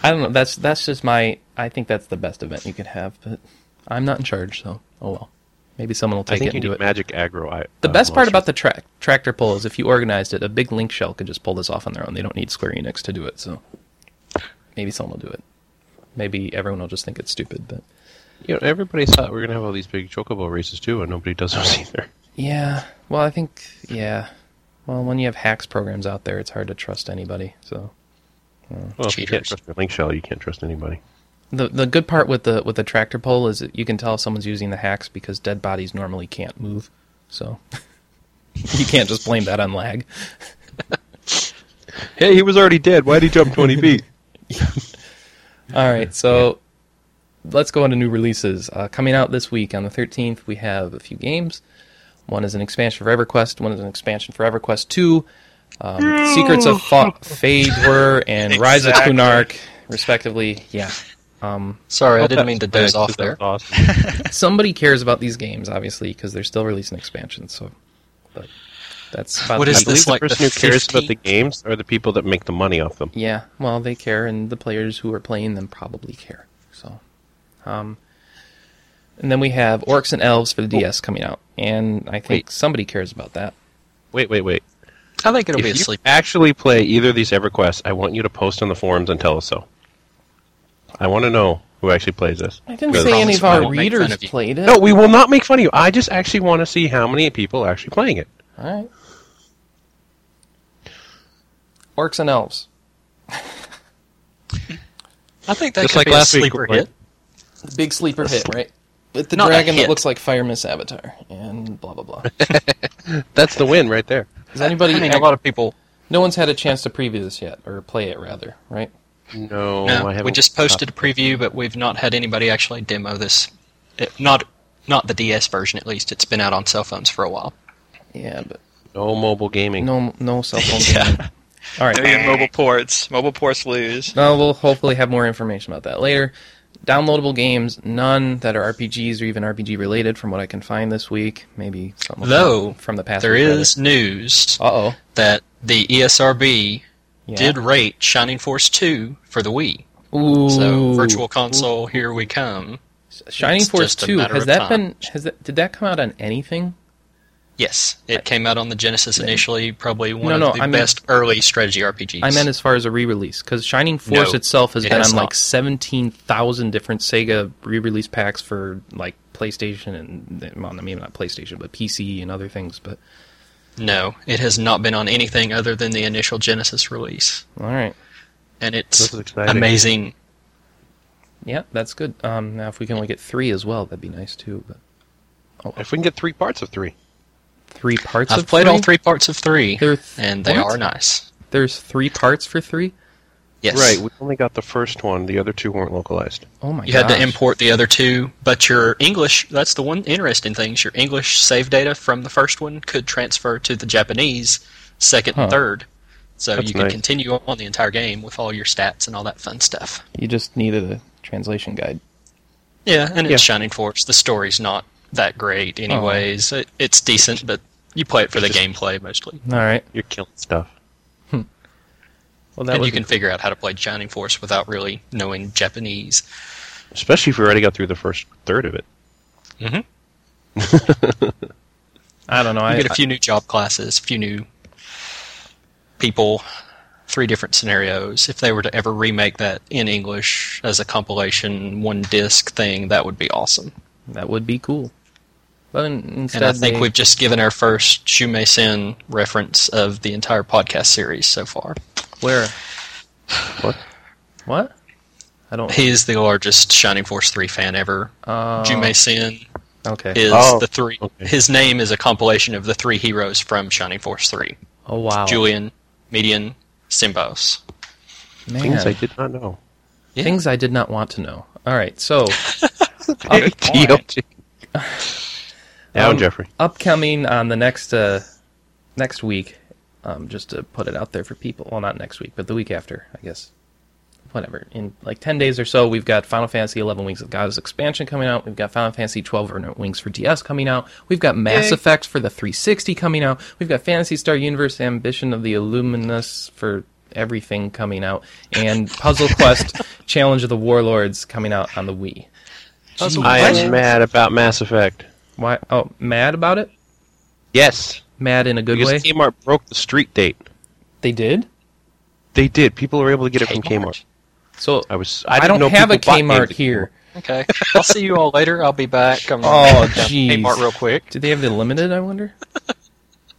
I don't know. That's that's just my. I think that's the best event you could have, but I'm not in charge, so oh well. Maybe someone will
I
take
think
it
you
and do
need
it.
magic aggro. I,
the
uh,
best part
monsters.
about the tra- tractor pull is if you organized it, a big link shell could just pull this off on their own. They don't need Square Enix to do it, so maybe someone will do it. Maybe everyone will just think it's stupid, but
you know, everybody thought we were gonna have all these big chocobo races too, and nobody does those either.
yeah. Well, I think yeah. Well, when you have hacks programs out there, it's hard to trust anybody. So
Well, if you can't
Cheaters.
trust your link shell, you can't trust anybody.
The the good part with the with the tractor pull is that you can tell if someone's using the hacks because dead bodies normally can't move. So you can't just blame that on lag.
Hey, he was already dead. Why'd he jump 20 feet?
All right, so let's go into new releases. Uh, coming out this week on the 13th, we have a few games. One is an expansion for EverQuest. One is an expansion for EverQuest 2. Um, Secrets of Fa- Fadewar and Rise of
Exactly.
Kunark, respectively. Yeah. Um,
Sorry,
Oh,
I didn't mean to doze off there.
somebody cares about these games, obviously, because they're still releasing expansions. So, but that's about
What
the-
is
I
Is
believe
this
the
like the
person who cares about the
15th?
games are the people that make the money off them.
Yeah, well, they care, and the players who are playing them probably care. So, um, and then we have Orcs and Elves for the DS coming out, and I think
Wait.
somebody cares about that.
Wait, wait, wait.
I think it'll be a
if you
sleep.
actually play either of these EverQuests, I want you to post on the forums and tell us so. I want to know who actually plays this.
I didn't
Because-
say any of
I
our
won't make fun
readers
of you.
played it.
No, we will not make fun of you. I just actually want to see how many people are actually playing it.
All right. Orcs and Elves.
I think that
Just
could
like
be a
last week,
sleeper
right?
hit.
The big sleeper hit, right? With the
Not a
dragon that
hit.
looks like Fire Miss Avatar, and blah, blah, blah.
That's the win right there.
Is anybody.
I mean, a lot of people.
No one's had a chance to preview this yet, or play it rather, right?
No, oh, I
No,
haven't.
we just posted a preview, but we've not had anybody actually demo this. It, not not the DS version, at least. It's been out on cell phones for a while.
Yeah, but
No mobile gaming.
no, no cell phone.
Yeah.
game. All right.
Million mobile ports. Mobile ports lose.
Now we'll hopefully have more information about that later. Downloadable games, none that are RPGs or even RPG related, from what I can find this week. Maybe some
Though,
from, from the past.
There is news
Uh oh.
that the E ESRB
Yeah.
did rate Shining Force 2 for the Wii.
Ooh.
So, Virtual Console, here we come.
Shining
it's
Force
just a
Two.
matter
Has
of
that
time.
been? Has that? Did that come out on anything?
Yes, it came out on the Genesis initially, probably one
No,
of
no,
the
I meant-
best early strategy RPGs.
I meant as far as a re-release, because Shining Force
No,
itself has
it
been
has
on
not.
like seventeen thousand different Sega re-release packs for like PlayStation and well, I mean not PlayStation, but PC and other things. But
No, it has not been on anything other than the initial Genesis release,
All right.
and
This
it's
is exciting.
amazing.
Yeah, that's good. Um, now, if we can only get three as well, that'd be nice too. But
If we can get three parts of three,
three parts.
I've
of
played
three?
all three parts of three,
There are th-
and they
what?
are nice.
There's three parts for three.
Yes,
right? We only got the first one. The other two weren't localized.
Oh my!
You had to
gosh.
import the other two, but your English, that's the one interesting thing, is your English save data from the first one could transfer to the Japanese second
Huh.
and third. So
That's
you can
nice.
continue on the entire game with all your stats and all that fun stuff.
You just needed a translation guide.
Yeah, and it's
Yeah.
Shining Force. The story's not that great, anyways.
Uh-huh.
It, it's decent, but you play it for the gameplay mostly.
All right.
You're killing stuff.
Well, that
And
was
you can figure out how to play Shining Force without really knowing Japanese.
Especially if we already got through the first third of it.
Mm-hmm. You
I don't know. I,
get a few new job classes, a few new people, three different scenarios. If they were to ever remake that in English as a compilation, one disc thing, that would be awesome.
that would be cool. But in, instead,
And I think
they-
we've just given our first Shumei Sen reference of the entire podcast series so far.
where
What?
what? I don't.
He is the largest Shining Force 3 fan ever.
Uh,
Jumei Sen
okay.
is
Oh,
the three.
okay.
His name is a compilation of the three heroes from Shining Force 3
oh wow.
Julian, Median, Symbos.
Man.
Things I did not know.
Yeah.
Things I did not want to know. All right. So
TLG. Now,
Um,
Jeffrey.
upcoming on the next uh, next week, um, just to put it out there for people. Well, not next week, but the week after, I guess. Whatever. In like ten days or so, we've got Final Fantasy Eleven Wings of Goddess expansion coming out. We've got Final Fantasy Twelve Revenant Wings for DS coming out. We've got Mass
Yay.
Effect for the 360 coming out. We've got Fantasy Star Universe Ambition of the Illuminus for everything coming out, and Puzzle Quest Challenge of the Warlords coming out on the Wii.
Puzzle
I
Quest.
am mad about Mass Effect.
Why? Oh, mad about it?
Yes.
Mad in a good
Because
way?
Kmart broke the street date.
They did.
They did. People were able to get it from
Kmart.
Kmart.
So
I was.
I,
I, didn't
don't
know
have a
people bought games
Kmart
at
here.
Okay. I'll see you all later. I'll be back. I'm
Oh,
Hey, Mark,
jeez.
real quick.
Do they have the limited? I wonder.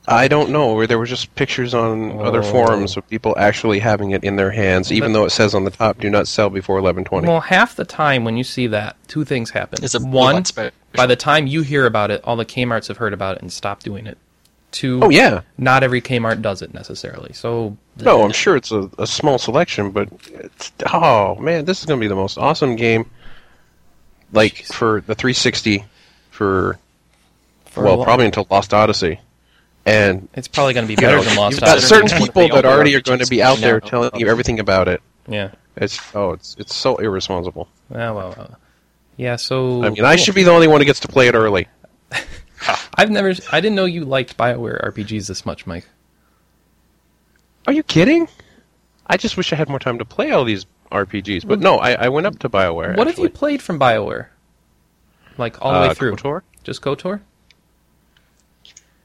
I don't know. Where there were just pictures on
Oh.
other forums of people actually having it in their hands, even
But-
though it says on the top, "Do not sell before 11:20."
Well, half the time when you see that, two things happen.
It's a
one.
Bloodline special.
By the time you hear about it, all the Kmart's have heard about it and stopped doing it. Two.
oh yeah.
Not every Kmart does it necessarily. So
No, I'm sure it's a, a small selection, but it's, oh man, this is going to be the most awesome game. Like
Jeez.
for the 360, for,
for
well,
a lo-
probably until Lost Odyssey, and
it's probably going to be
you
better
know,
than Lost
you've got
Odyssey.
certain
Considering it's
people
one of
that
the
already are
older
going to be
RPGs
out there
now.
telling you everything about it.
Yeah.
It's oh, it's it's so irresponsible.
Oh, well, well. Yeah. So
I mean, I should be the only one who gets to play it early.
I've never. I didn't know you liked Bioware RPGs this much, Mike.
Are you kidding? I just wish I had more time to play all these RPGs. But no, I, I went up to Bioware.
Hmm. What have
actually.
you played from Bioware? Like all the
Uh,
way through.
KOTOR?
Just KOTOR?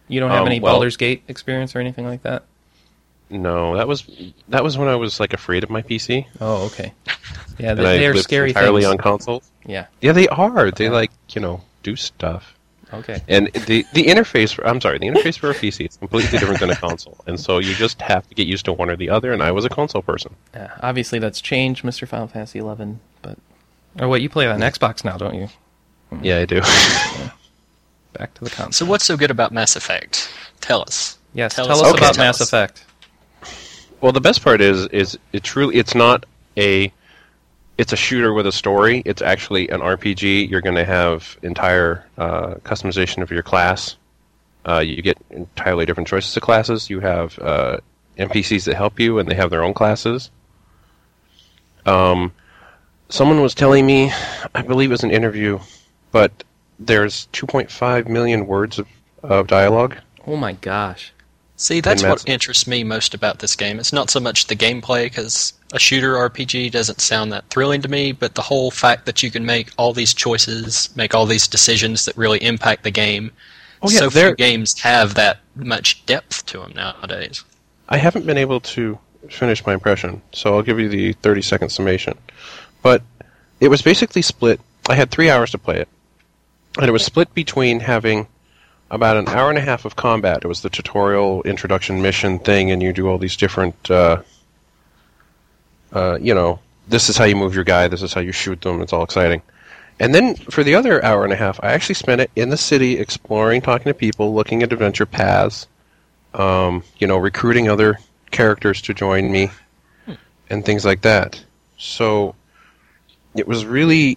You don't have
Um,
any
well-
Baldur's Gate experience or anything like that?
No, that was that was when I was like afraid of my PC,
Oh, okay. Yeah,
and
they, they
I
are
lived
scary
entirely
things.
on consoles.
Yeah.
Yeah, they are. They
Yeah.
like you know do stuff.
Okay.
And the the interface, for, I'm sorry, the interface for a PC is completely different than a console, and so you just have to get used to one or the other. And I was a console person.
Yeah, obviously that's changed, Mr. Final Fantasy 11, but Oh wait, you play on Xbox now, don't you? Mm-hmm.
Yeah, I do.
Back to the console.
So, what's so good about Mass Effect? Tell us.
yes,
tell
tell,
us
us
about
about
tell
Mass
us.
Effect.
Well, the best part is is it truly it's not a it's a shooter with a story. It's actually an RPG. You're going to have entire uh, customization of your class. Uh, you get entirely different choices of classes. You have uh, NPCs that help you, and they have their own classes. Um, someone was telling me, I believe it was an interview, but there's 2.5 million words of, of dialogue.
Oh my gosh.
See, that's
Mass-
what interests me most about this game. It's not so much the gameplay, because a shooter RPG doesn't sound that thrilling to me, but the whole fact that you can make all these choices, make all these decisions that really impact the game.
Oh, yeah,
so
they're-
few games have that much depth to them nowadays.
I haven't been able to finish my impression, so I'll give you the 30 second summation. But it was basically split. I had three hours to play it, and it was split between having about an hour and a half of combat. It was the tutorial introduction mission thing, and you do all these different, uh, uh, you know, this is how you move your guy, this is how you shoot them. It's all exciting. And then for the other hour and a half, I actually spent it in the city exploring, talking to people, looking at adventure paths, um, you know, recruiting other characters to join me, and things like that. So it was really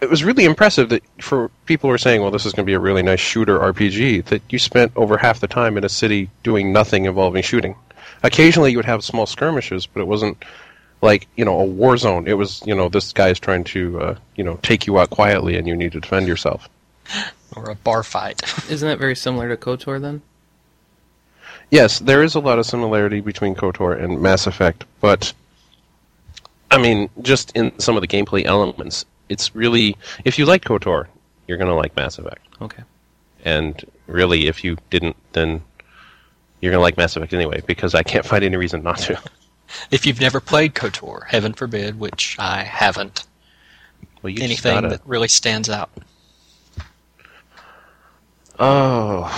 it was really impressive that for people who are saying, well, this is going to be a really nice shooter RPG, that you spent over half the time in a city doing nothing involving shooting. Occasionally you would have small skirmishes, but it wasn't like, you know, a war zone. It was, you know, this guy's trying to, uh, you know, take you out quietly and you need to defend yourself.
or a bar fight.
Isn't that very similar to KOTOR then?
Yes, there is a lot of similarity between KOTOR and Mass Effect, but I mean, just in some of the gameplay elements, it's really if you like KOTOR, you're going to like Mass Effect.
Okay.
And really, if you didn't, then you're going to like Mass Effect anyway, because I can't find any reason not to.
if you've never played KOTOR, heaven forbid, which I haven't,
Well, you just
anything
gotta-
that really stands out.
Oh.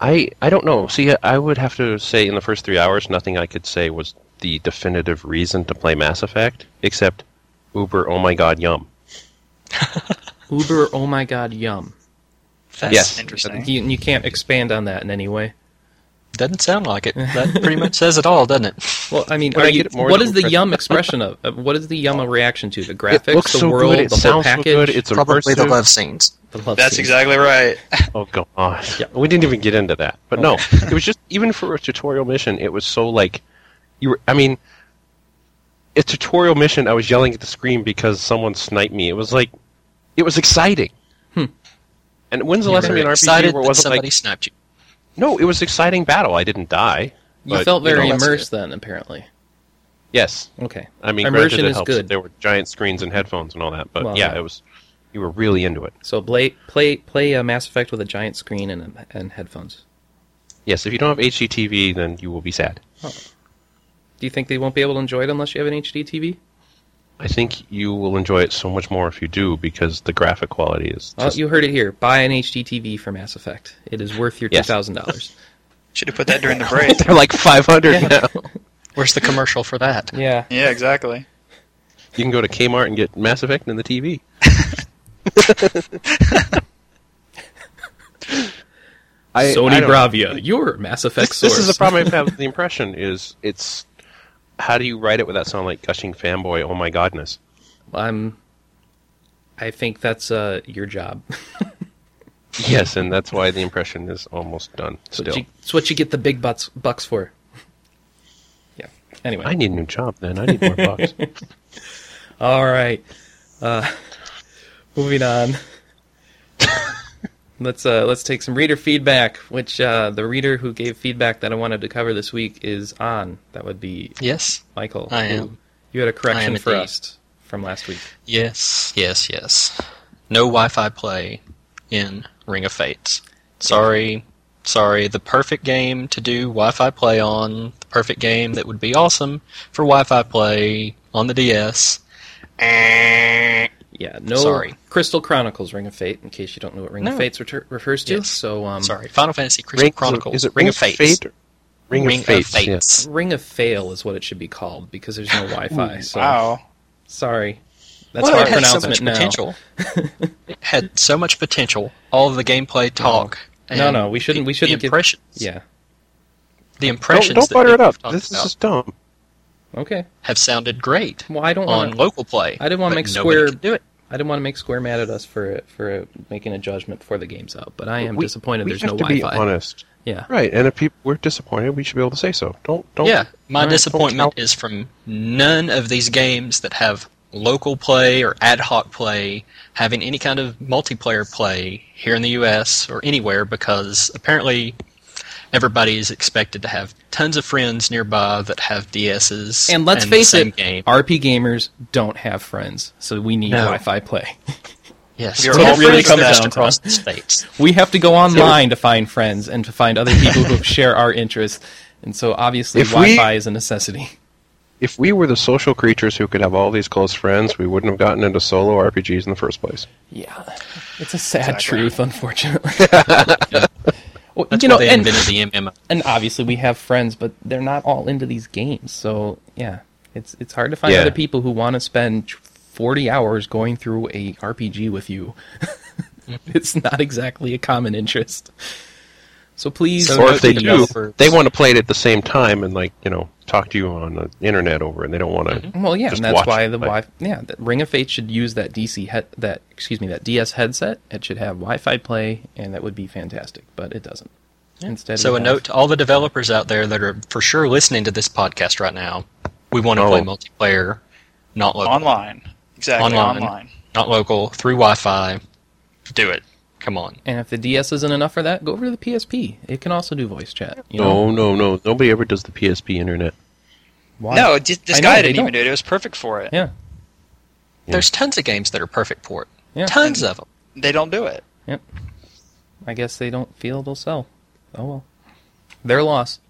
I I don't know. See, I would have to say in the first three hours, nothing I could say was the definitive reason to play Mass Effect, except Uber. Oh my God, yum.
Uber, oh my god, yum.
That's
Yes.
Interesting.
You, you can't expand on that in any way.
Doesn't sound like it. That pretty much says it all, doesn't it?
Well, I mean,
Well,
are
I
you,
get more
what
than
is the
impressed.
yum expression of? of What is the yum a reaction to? The graphics,
it looks
the
so
world,
good. It
the whole
sounds so
package.
good. It's
Probably
immersive.
the love scenes.
the love
That's
scene.
exactly right.
Oh god.
Yeah.
We didn't even get into that. But no, it was just even for a tutorial mission, it was so like you were I mean a tutorial mission I was yelling at the screen because someone sniped me. It was like it was exciting.
Hmm.
And when's the
You're
last time
very
in an RPG
excited
where it
that
wasn't
somebody
like
snapped you.
No, it was exciting battle. I didn't die.
You
But,
felt
you
very
know, that's
immersed then, apparently.
Yes.
Okay.
I mean
Immersion
granted it
is
helps
good.
that there were giant screens and headphones and all that, but
Well,
yeah,
yeah.
it was you were really into it.
So play play play a Mass Effect with a giant screen and and headphones.
Yes, if you don't have HDTV then you will be sad.
Do you think they won't be able to enjoy it unless you have an HD TV?
I think you will enjoy it so much more if you do because the graphic quality is
Well,
just
Oh, you heard it here. Buy an HD TV for Mass Effect. It is worth your two
Yes.
thousand dollars.
Should have put that during the break.
they're like 500 now.
Where's the commercial for that?
Yeah.
Yeah, exactly.
You can go to Kmart and get Mass Effect and the TV. I-
Sony
I don't-
Bravia, your Mass Effect
This,
source.
this is the problem I have with the impression is it's how do you write it without sounding like gushing fanboy? Oh my godness.
I'm. I think that's uh, your job.
Yes, and that's why the impression is almost done.
It's what,
Still,
you, it's what you get the big butts, bucks for. Yeah. Anyway.
I need a new job. Then I need more bucks.
All right. Uh, moving on. let's uh, let's take some reader feedback. Which uh, the reader who gave feedback that I wanted to cover this week is on. That would be
Yes.
Michael.
I
who-
am.
You had a correction
am
for
indeed.
us from last week.
Yes. Yes. Yes. No Wi-Fi play in Ring of Fates. Sorry. Sorry. The perfect game to do Wi-Fi play on. The perfect game that would be awesome for Wi-Fi play on the DS. Eh.
Yeah. No.
Sorry.
Crystal Chronicles: Ring of Fate. In case you don't know what Ring of
No.
Fates retur- refers to.
Yes.
So um,
Sorry. Final Fantasy Crystal
Ring-
Chronicles.
Is it
Ring of Fates?
Fate? or- Ring,
Ring
of Fates. yes.
Fates.
Ring of Fail is what it should be called because there's no Wi-Fi. so
Wow.
sorry. That's
well,
our
it had so
pronouncement
much
now.
potential. it had so much potential. All of the gameplay talk.
No,
and
no, we shouldn't-
The,
we shouldn't
The
give-
impressions.
Yeah.
The
Don't,
impressions.
don't
that
butter it
people
up.
talked
This is
about
just dumb.
Okay.
have sounded great
Well, I don't
on
want.
local play.
I didn't want to
but
make
nobody
Square
could do it.
I didn't want to make Square mad at us for for making a judgment before the game's out, but I am
We-
disappointed.
we
There's
have
no
to be
Wi-Fi.
honest,
Yeah,
right? And if people we're disappointed, we should be able to say so. Don't don't.
yeah, my
don't
disappointment is from none of these games that have local play or ad hoc play having any kind of multiplayer play here in the U.S. or anywhere because apparently everybody is expected to have tons of friends nearby that have DSs
and let's
the
face
same
it,
game.
RP gamers don't have friends, so we need
No.
Wi-Fi play.
yes,
You're
we
all
have
really
friends
comes
spread
down to
across the states.
We have to go online to find friends and to find other people who share our interests, and so obviously
If we-
Wi-Fi is a necessity.
If we were the social creatures who could have all these close friends, we wouldn't have gotten into solo RPGs in the first place.
Yeah, It's a sad
Exactly.
truth, unfortunately. Well,
That's
you
why
know,
they
and,
invented the MMO.
and obviously we have friends, but they're not all into these games. So yeah, it's it's hard to find
Yeah.
other people who want to spend forty hours going through a RPG with you. it's not exactly a common interest. So please,
So
or if they
no
do,
developers.
they want to play it at the same time and like you know talk to you on the internet over, it, and they don't want to.
Mm-hmm.
Well, yeah,
Just
and that's
watch
why
it,
the
like-
Wi. Yeah, the Ring of Fate should use that DC head that excuse me that DS headset. It should have Wi-Fi play, and that would be fantastic. But it doesn't. Instead,
So
we
a
have-
note to all the developers out there that are for sure listening to this podcast right now. We want to
Oh.
play multiplayer, not local,
Online. Exactly.
Online.
Online.
not local through Wi-Fi. Do it. Come on.
And if the DS isn't enough for that, go over to the PSP. It can also do voice chat. You know?
No, no, no. Nobody ever does the PSP internet.
Why?
No, it just, this
I know,
guy
they
didn't even
don't.
do it. It was perfect for it.
Yeah.
Yeah.
There's tons of games that are perfect for it.
Yeah.
Tons of them.
They don't do it.
I guess they don't feel they'll sell. Oh well, their loss.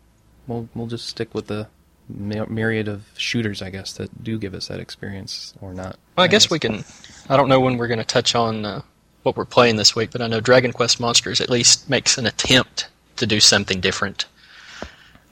We'll we'll just stick with the my- myriad of shooters, I guess, that do give us that experience or not.
Well, I guess we can. I don't know when we're going to touch on uh, what we're playing this week, but I know Dragon Quest Monsters at least makes an attempt to do something different,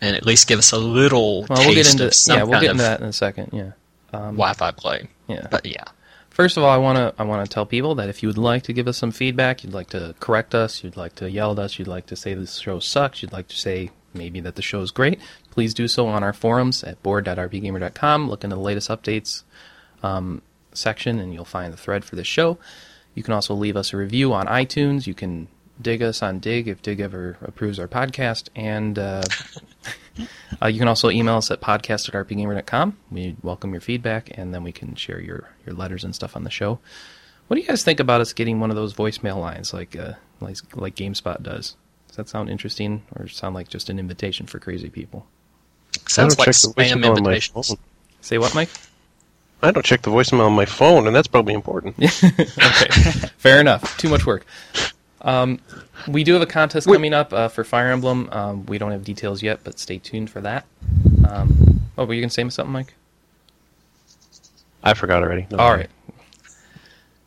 and at least give us a little
Well,
taste
we'll get into
of some
yeah, we'll
kind
get into
of
that um, in a second. Yeah.
Wi-Fi play.
Yeah.
But yeah,
First of all, I want to I want to tell people that if you would like to give us some feedback, you'd like to correct us, you'd like to yell at us, you'd like to say this show sucks, you'd like to say maybe that the show's great, please do so on our forums at board.rpgamer.com. Look into the latest updates um, section, and you'll find the thread for this show. You can also leave us a review on iTunes. You can dig us on Dig if Dig ever approves our podcast, and uh, uh, you can also email us at podcast at rpgamer.com. We welcome your feedback, and then we can share your, your letters and stuff on the show. What do you guys think about us getting one of those voicemail lines like uh, like, like GameSpot does? Does that sound interesting, or sound like just an invitation for crazy people?
sounds
I
like
don't check the
spam
voicemail on my
invitations.
phone.
Say what, Mike?
I don't check the voicemail on my phone, and that's probably important.
Fair enough. Too much work. Um, we do have a contest coming up uh, for Fire Emblem. Um, we don't have details yet, but stay tuned for that. Um, oh, were you gonna say something, Mike?
I forgot already. No.
All right.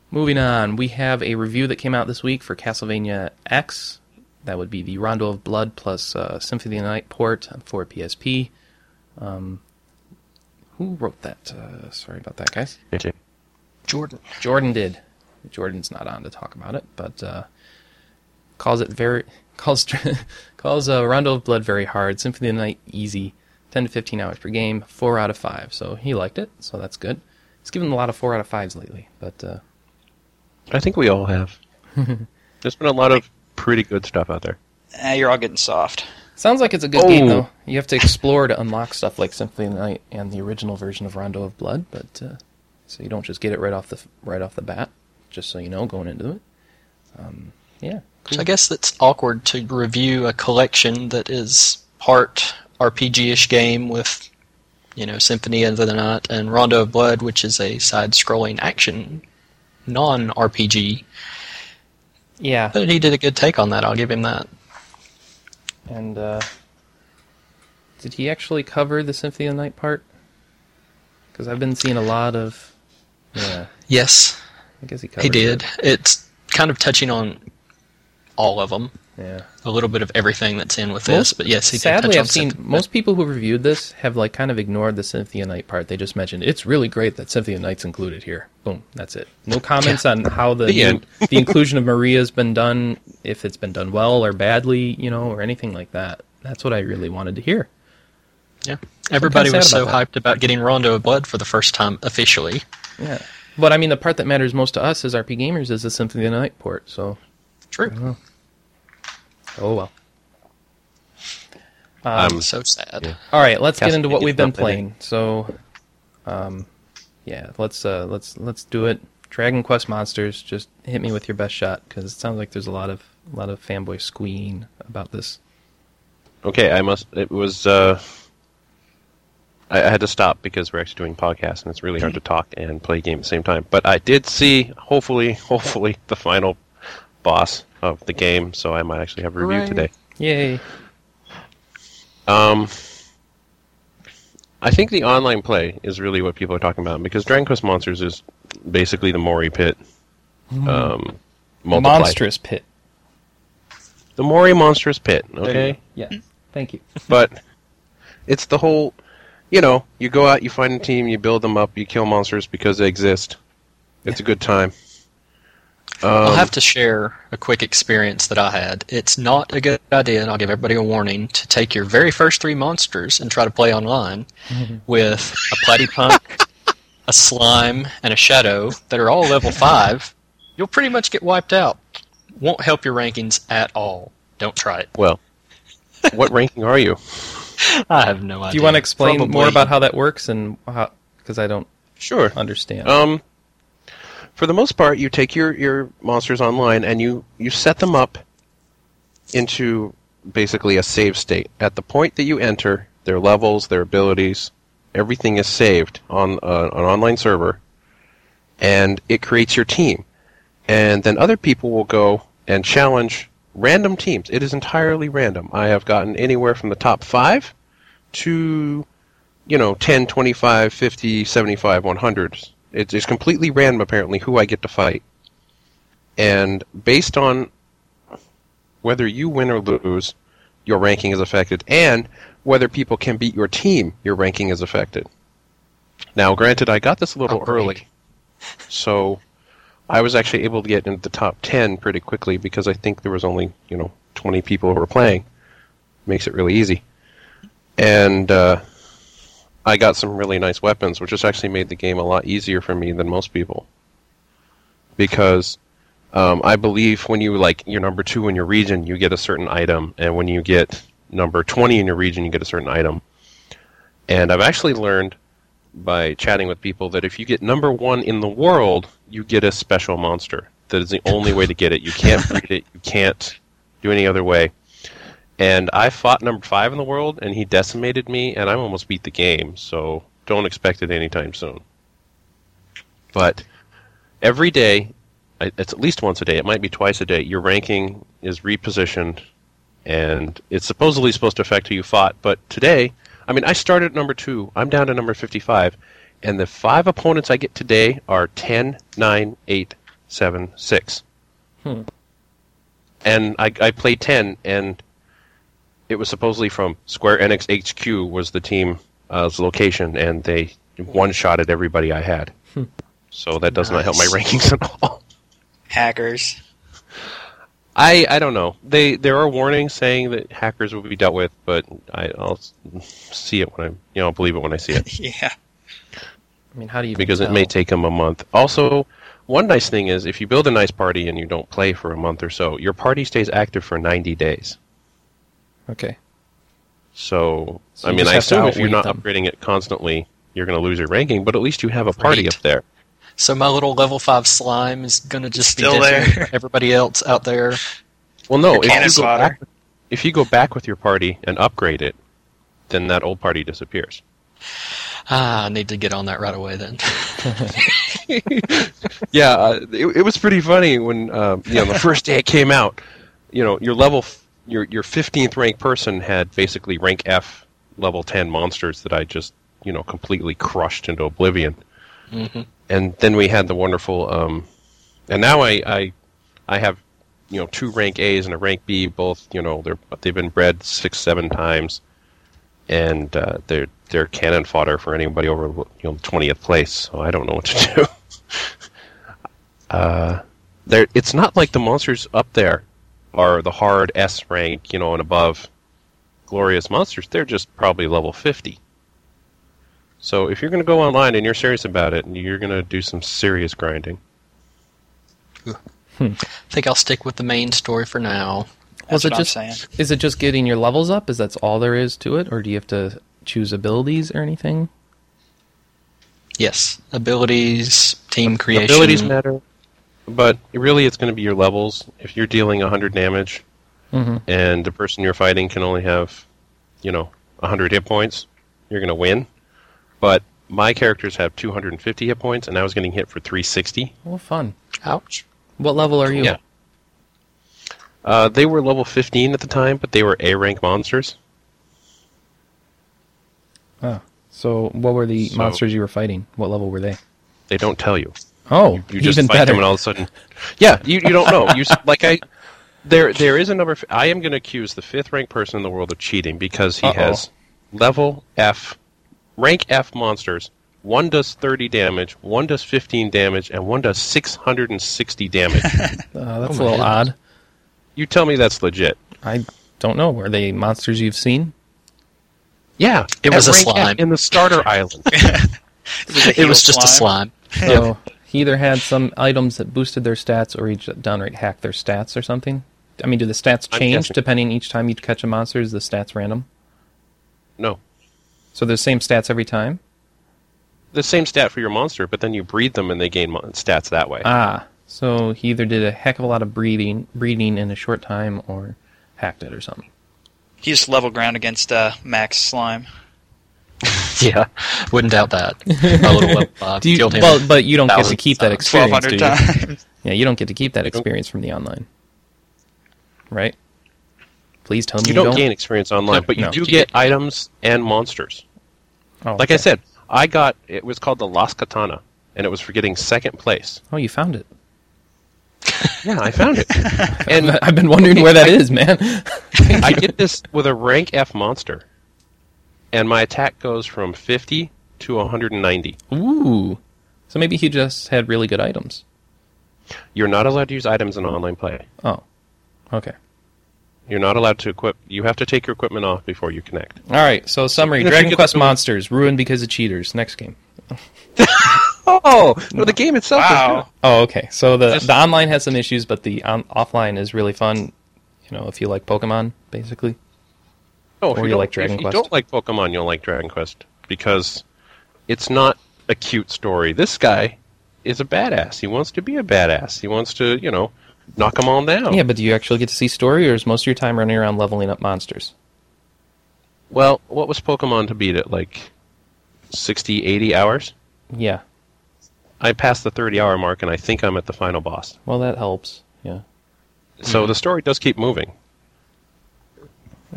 Moving on, we have a review that came out this week for Castlevania X. That would be the Rondo of Blood plus uh, Symphony of the Night port for PSP. Um, who wrote that? Uh, sorry about that, guys.
Okay.
Jordan.
Jordan did. Jordan's not on to talk about it, but uh, calls it very calls calls uh, Rondo of Blood very hard. Symphony of the Night easy, ten to fifteen hours per game, four out of five. So he liked it, so that's good. He's given a lot of four out of fives lately, but uh,
I think we all have. There's been a lot of pretty good stuff out there.
Eh, you're all getting soft.
sounds like it's a good game
Oh.
though. You have to explore to unlock stuff like Symphony of the Night and the original version of Rondo of Blood, but uh, so you don't just get it right off the right off the bat. Just so you know, going into it, um, yeah.
So I guess it's awkward to review a collection that is part RPG-ish game with, you know, Symphony of the Night and Rondo of Blood, which is a side-scrolling action non-RPG.
Yeah,
But he did a good take on that. I'll give him that.
And uh, did he actually cover the Symphony of the Night part? Because I've been seeing a lot of. Yeah,
Yes,
I guess he covered.
he did.
It.
It's kind of touching on all of them,
Yeah.
a little bit of everything that's in with this.
Most-
But yes, he did
Sadly,
touch
I've
on
seen
Symphony.
most people who reviewed this have like kind of ignored the Symphony of the Night part. They just mentioned it's really great that Symphony of the Night's included here. Boom, that's it. No comments on how the
The
new-
end.
the inclusion of Maria's been done, if it's been done well or badly, you know, or anything like that. That's what I really wanted to hear.
Yeah, everybody
sad
was so
about that.
hyped about getting Rondo of Blood for the first time officially.
Yeah. But I mean, the part that matters most to us as RP gamers is the Symphony of the Night port. So Mm-hmm.
True.
Oh well.
Um,
So sad.
yeah.
All right, let's get
Castle
into what
Gate's
we've been
not playing.
playing. So, um, yeah, let's uh, let's let's do it. Dragon Quest Monsters. Just hit me with your best shot because it sounds like there's a lot of a lot of fanboy squeeing about this.
Okay, I must. It was. Uh, I, I had to stop because we're actually doing podcasts, and it's really hard to talk and play a game at the same time. But I did see, hopefully, hopefully, the final boss of the game, so I might actually have a review
Hooray.
today.
Yay!
Um, I think the online play is really what
Mm.
people are talking about because Dragon Quest Monsters is basically the Mori pit. Um, multiply.
Monstrous pit.
The Mori Monstrous Pit, okay?
Yeah.
Mm-hmm.
Thank you.
but it's the whole you know you go out you find a team you build them up you kill monsters because they exist it's a good time
I'll
um,
have to share a quick experience that I had. It's not a good idea, and I'll give everybody a warning to take your very first three monsters and try to play online with a platypunk, a slime, and a shadow that are all level five. You'll pretty much get wiped out. Won't help your rankings at all. Don't try it.
well what ranking are you
I have no idea.
Ah, Do you want to explain
Probably-
more about how that works and how? Because I don't
sure
understand.
um for the most part you take your your monsters online and you you set them up into basically a save state at the point that you enter their levels their abilities everything is saved on uh, an online server and it creates your team. And then other people will go and challenge random teams. It is entirely random. I have gotten anywhere from the top 5 to, you know, 10, 25, 50, 75, 100. It's, it's completely random, apparently, who I get to fight. And based on whether you win or lose, your ranking is affected, and whether people can beat your team, your ranking is affected. Now, granted, I got this a little
Oh, great.
early, so I was actually able to get into the top 10 pretty quickly because I think there was only, you know, 20 people who were playing. Makes it really easy. And uh, I got some really nice weapons, which has actually made the game a lot easier for me than most people. Because um, I believe when you, like, you're number two in your region, you get a certain item. And when you get number 20 in your region, you get a certain item. And I've actually learned by chatting with people that if you get number one in the world, you get a special monster. That is the only way to get it. You can't breed it. You can't do any other way. And I fought number five in the world, and he decimated me, and I almost beat the game. So don't expect it anytime soon. But every day, I- it's at least once a day. It might be twice a day. Your ranking is repositioned, and it's supposedly supposed to affect who you fought. But today, I mean, I started at number two. I'm down to number 55. And the five opponents I get today are 10, 9, 8, 7, 6.
Hmm.
And I, I played 10, and it was supposedly from Square Enix HQ was the team's location, and they one-shotted everybody I had. So that does not help my
Nice.
rankings at all.
Hackers.
I, I don't know. They there are warnings saying that hackers will be dealt with, but I, I'll s- see it when I you know I'll believe it when I see it.
Yeah.
I mean, how do you?
because it
tell?
may take them a month. Also, one nice thing is if you build a nice party and you don't play for a month or so, your party stays active for 90 days.
Okay.
So,
So
I
you
mean,
just
I
have to
assume if you're not
outwit them.
upgrading it constantly, you're going to lose your ranking, but at least you have a party
Great.
up there.
So my little level five slime is gonna just
Still
be
there.
there. Everybody else out there.
Well, no,
Your
if
cannon
you, go
fodder.
back, if you go back with your party and upgrade it, then that old party disappears.
Ah, I need to get on that right away then.
yeah, uh, it, it was pretty funny when uh, you know the first day it came out. You know, your level, f- your your fifteenth ranked person had basically rank F level ten monsters that I just you know completely crushed into oblivion. And then we had the wonderful, um, and now I, I I have you know two rank A's and a rank B, both you know they're they've been bred six seven times, and uh, they're they're cannon fodder for anybody over you know twentieth place. So I don't know what to do. there it's not like the monsters up there are the hard S rank, you know, and above glorious monsters. They're just probably level 50. So if you're going to go online and you're serious about it and you're going to do some serious grinding.
I think I'll stick with the main story for now.
That's
Was it
what I'm
just?
saying.
Is it just getting your levels up? Is that's all there is to it, or do you have to choose abilities or anything?
Yes, abilities, team creation.
Abilities matter, but really it's going to be your levels. If you're dealing 100 damage
Mm-hmm.
and the person you're fighting can only have, you know, 100 hit points, you're going to win. But my characters have 250 hit points and I was getting hit for 360.
Well, fun.
Ouch.
What level are you?
Yeah. Uh, they were level 15 at the time, but they were A rank monsters.
Oh. So, what were the
So-
monsters you were fighting? What level were they?
They don't tell you.
Oh,
You
even
just fight
better.
them, and all of a sudden, yeah, you, you don't know. You s- like I, there there is a number. f- I am going to accuse the fifth ranked person in the world of cheating because he
Uh-oh.
has level F, rank F monsters. One does thirty damage, one does fifteen damage, and one does six hundred and sixty damage.
Uh, that's
Oh
a
my
little odd.
you tell me that's legit?
I don't know. Are they monsters you've seen?
Yeah,
It
at
was a
rank F
slime.
in the starter island.
was, a
It was
heel
just a slime.
So he either had some items that boosted their stats, or he j- downright hacked their stats or something. I mean, do the stats
I'm
change
guessing.
depending each time you catch a monster? Is the stats random?
no,
So they're the same stats every time?
the same stat for your monster, but then you breed them and they gain mon- stats that way.
Ah, so he either did a heck of a lot of breeding, breeding in a short time, or hacked it or something.
He just level ground against uh, Max Slime.
Yeah, wouldn't doubt that. My little level five
Do you,
killed him.
well, but you don't get to
thousands
keep that
times.
experience, do
1,200
you?
times.
Yeah, you don't get to keep that
You don't-
experience from the online, right? Please tell me
you don't, gain experience online,
No,
but you
no.
do get items and monsters.
Oh,
Like I
okay.
said, I got it was called the Las Katana, and it was for getting second place.
oh, you found it.
Yeah, I found it, and
I've been wondering where that is, man.
I get this with a rank F monster, and my attack goes from fifty to one hundred and ninety.
Ooh, so maybe he just had really good items.
You're not allowed to use items in online play.
Oh, okay.
You're not allowed to equip. You have to take your equipment off before you connect.
All right. So summary:
Even if you
Dragon
get
Quest
the-
monsters ruined because of cheaters. Next game.
Oh, no, the game itself.
Wow.
Oh, okay. So the
Just-
the online has some issues, but the on- offline is really fun. You know, if you like Pokemon, basically.
Oh, if
Or you
don't-
like Dragon
if
Quest.
you don't like Pokemon, you'll like Dragon Quest because it's not a cute story. This guy is a badass. He wants to be a badass. He wants to, you know, knock them all down.
Yeah, but do you actually get to see story, or is most of your time running around leveling up monsters?
Well, what was Pokemon to beat at like 60, 80 hours?
Yeah.
I passed the 30 hour mark and I think I'm at the final boss.
Well, that helps. Yeah. Mm-hmm.
So the story does keep moving.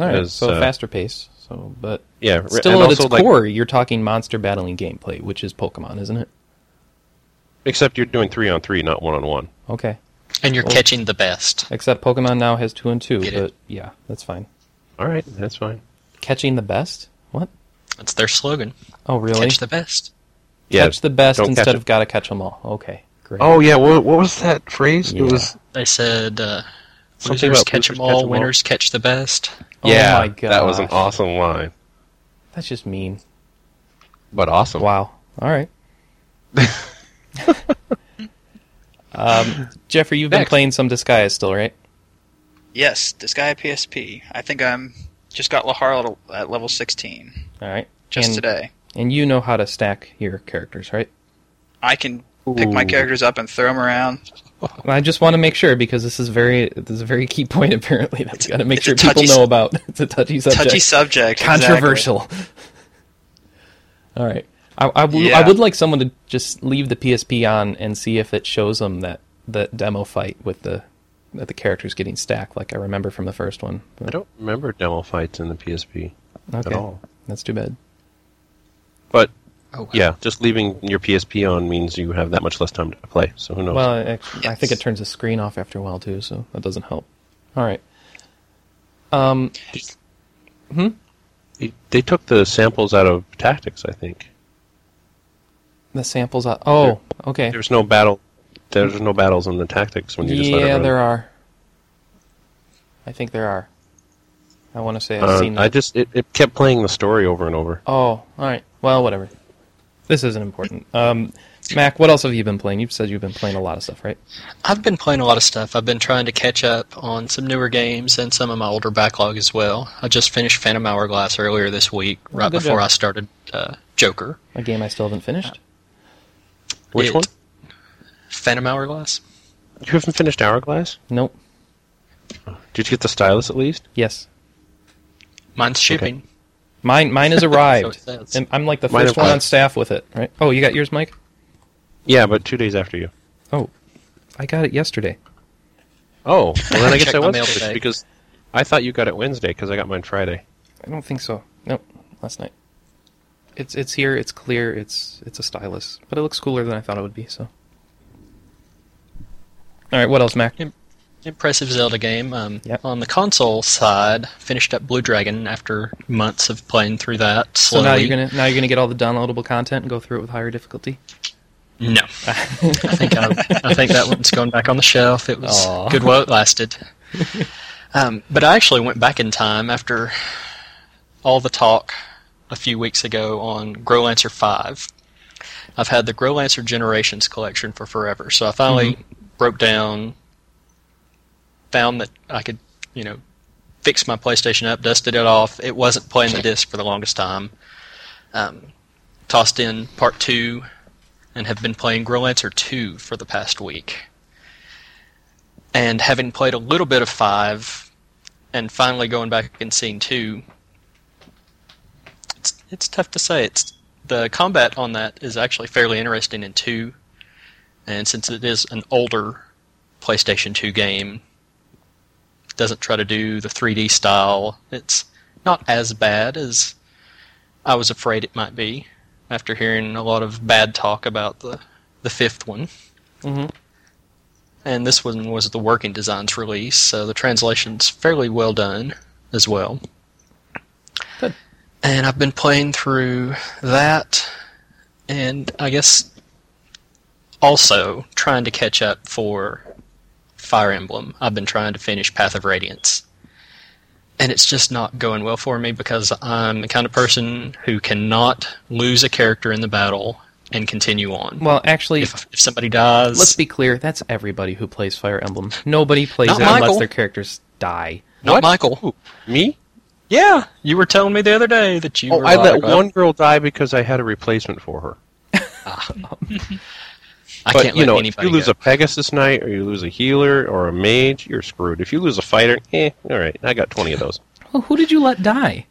All right.
As,
So
uh,
faster pace. So, but
Yeah, re-
still
and
at
also,
its
like-
core, you're talking monster battling gameplay, which is Pokemon, isn't it?
Except you're doing three on three, not one on one.
Okay.
and you're catching the best.
Except Pokemon now has two and two,
Get it.
but yeah, that's fine.
All right, that's fine.
Catching the best? What?
That's their slogan.
Oh, really?
Catch the best.
Yeah,
Catch the best
don't catch
instead
it.
of gotta catch them all. Okay. Great.
Oh yeah, what, what was that phrase?
Yeah.
It was
They said uh,
Something
losers
about
catch them
losers catch 'em
all,
all.
winners catch the best.
Oh
yeah,
my
that was an
gosh.
awesome line.
That's just mean.
But awesome.
Wow. All right. um, Jeffrey, you've been
Next.
playing some disguise still, right?
Yes, this guy at PSP. I think I'm just got Laharl at level 16
All right.
just
and,
today.
And you know how to stack your characters, right?
I can pick my
Ooh.
characters up and throw them around.
And I just want to make sure because this is very this is a very key point apparently that we got to make
it's
sure
a touchy
people know about. It's a touchy subject.
Touchy subject. exactly.
controversial. All right. I, I, w- I
Yeah.
would like someone to just leave the PSP on and see if it shows them that the demo fight with the that the characters getting stacked, like I remember from the first one.
I
But-
don't remember demo fights in the PSP
okay,
at all.
that's too bad.
But
Oh, wow.
yeah, just leaving your PSP on means you have that much less time to play. So who knows?
Well, I, act- I think it
Yes.
turns the screen off after a while too, so that doesn't help. All right.
They- they took the samples out of Tactics. I think
The samples. Out. Oh, okay.
there's no battle. There's no battles in the Tactics when you just let it
Yeah,
run.
there are. I think there are. I want to say I've
Uh,
seen.
I
that.
just it, it kept playing the story over and over.
Oh, all right. Well, whatever. This isn't important. Um, Mac, what else have you been playing? You've said you've been playing a lot of stuff, right?
I've been playing a lot of stuff. I've been trying to catch up on some newer games and some of my older backlog as well. I just finished Phantom Hourglass earlier this week, right
Oh, good
before
job.
I started uh, Joker.
A game I still haven't finished.
Which
It-
one?
Phantom Hourglass.
You haven't finished Hourglass?
Nope.
Did you get the stylus at least?
Yes.
Mine's shipping.
Mine, mine has arrived.
So it says.
And I'm like the
Mine
first one on
arrived.
staff with it, right? Oh, you got yours, Mike?
Yeah, but two days after you.
Oh, I got it yesterday.
Oh, well then I guess
Check
I
my
was
mail
finished
today.
because I thought you got it Wednesday because I got mine Friday.
I don't think so. Nope. Last night. It's it's here. It's clear. It's it's a stylus, but it looks cooler than I thought it would be. So All right, what else, Mac?
Impressive Zelda game. Um,
Yep.
On the console side, finished up Blue Dragon after months of playing through that.
So
Slowly.
now you're gonna now you're gonna get all the downloadable content and go through it with higher difficulty.
No, I think I, I think that one's gone back on the shelf. It was
Aw.
good while it lasted. Um, but I actually went back in time after all the talk a few weeks ago on Growlancer Five. I've had the Growlancer Generations collection for forever, so I finally broke down, found that I could, you know, fix my PlayStation up, dusted it off. It wasn't playing the disc for the longest time. Um, tossed in part two and have been playing Growlancer 2 for the past week. And having played a little bit of 5 and finally going back and seeing 2, it's, it's tough to say. It's The combat on that is actually fairly interesting in 2. And since it is an older PlayStation 2 game, it doesn't try to do the 3D style. It's not as bad as I was afraid it might be after hearing a lot of bad talk about the, the fifth one.
Mhm.
And this one was the working designs release, so the translation's fairly well done as well.
Good.
And I've been playing through that, and I guess also trying to catch up for Fire Emblem. I've been trying to finish Path of Radiance. And it's just not going well for me because I'm the kind of person who cannot lose a character in the battle and continue on.
Well, actually,
if, if somebody dies,
let's be clear. That's everybody who plays Fire Emblem. Nobody plays
Not
it unless
Michael.
their characters die.
not
What?
Michael.
Me?
Yeah, you were telling me the other day that you.
Oh,
were
I let
like, well,
one girl die because I had a replacement for her.
I
but
can't
you
let
know, if
anybody
you lose
go.
a Pegasus Knight or you lose a healer or a mage, you're screwed. If you lose a fighter, eh, all right, I got twenty of those.
Well, who did you let die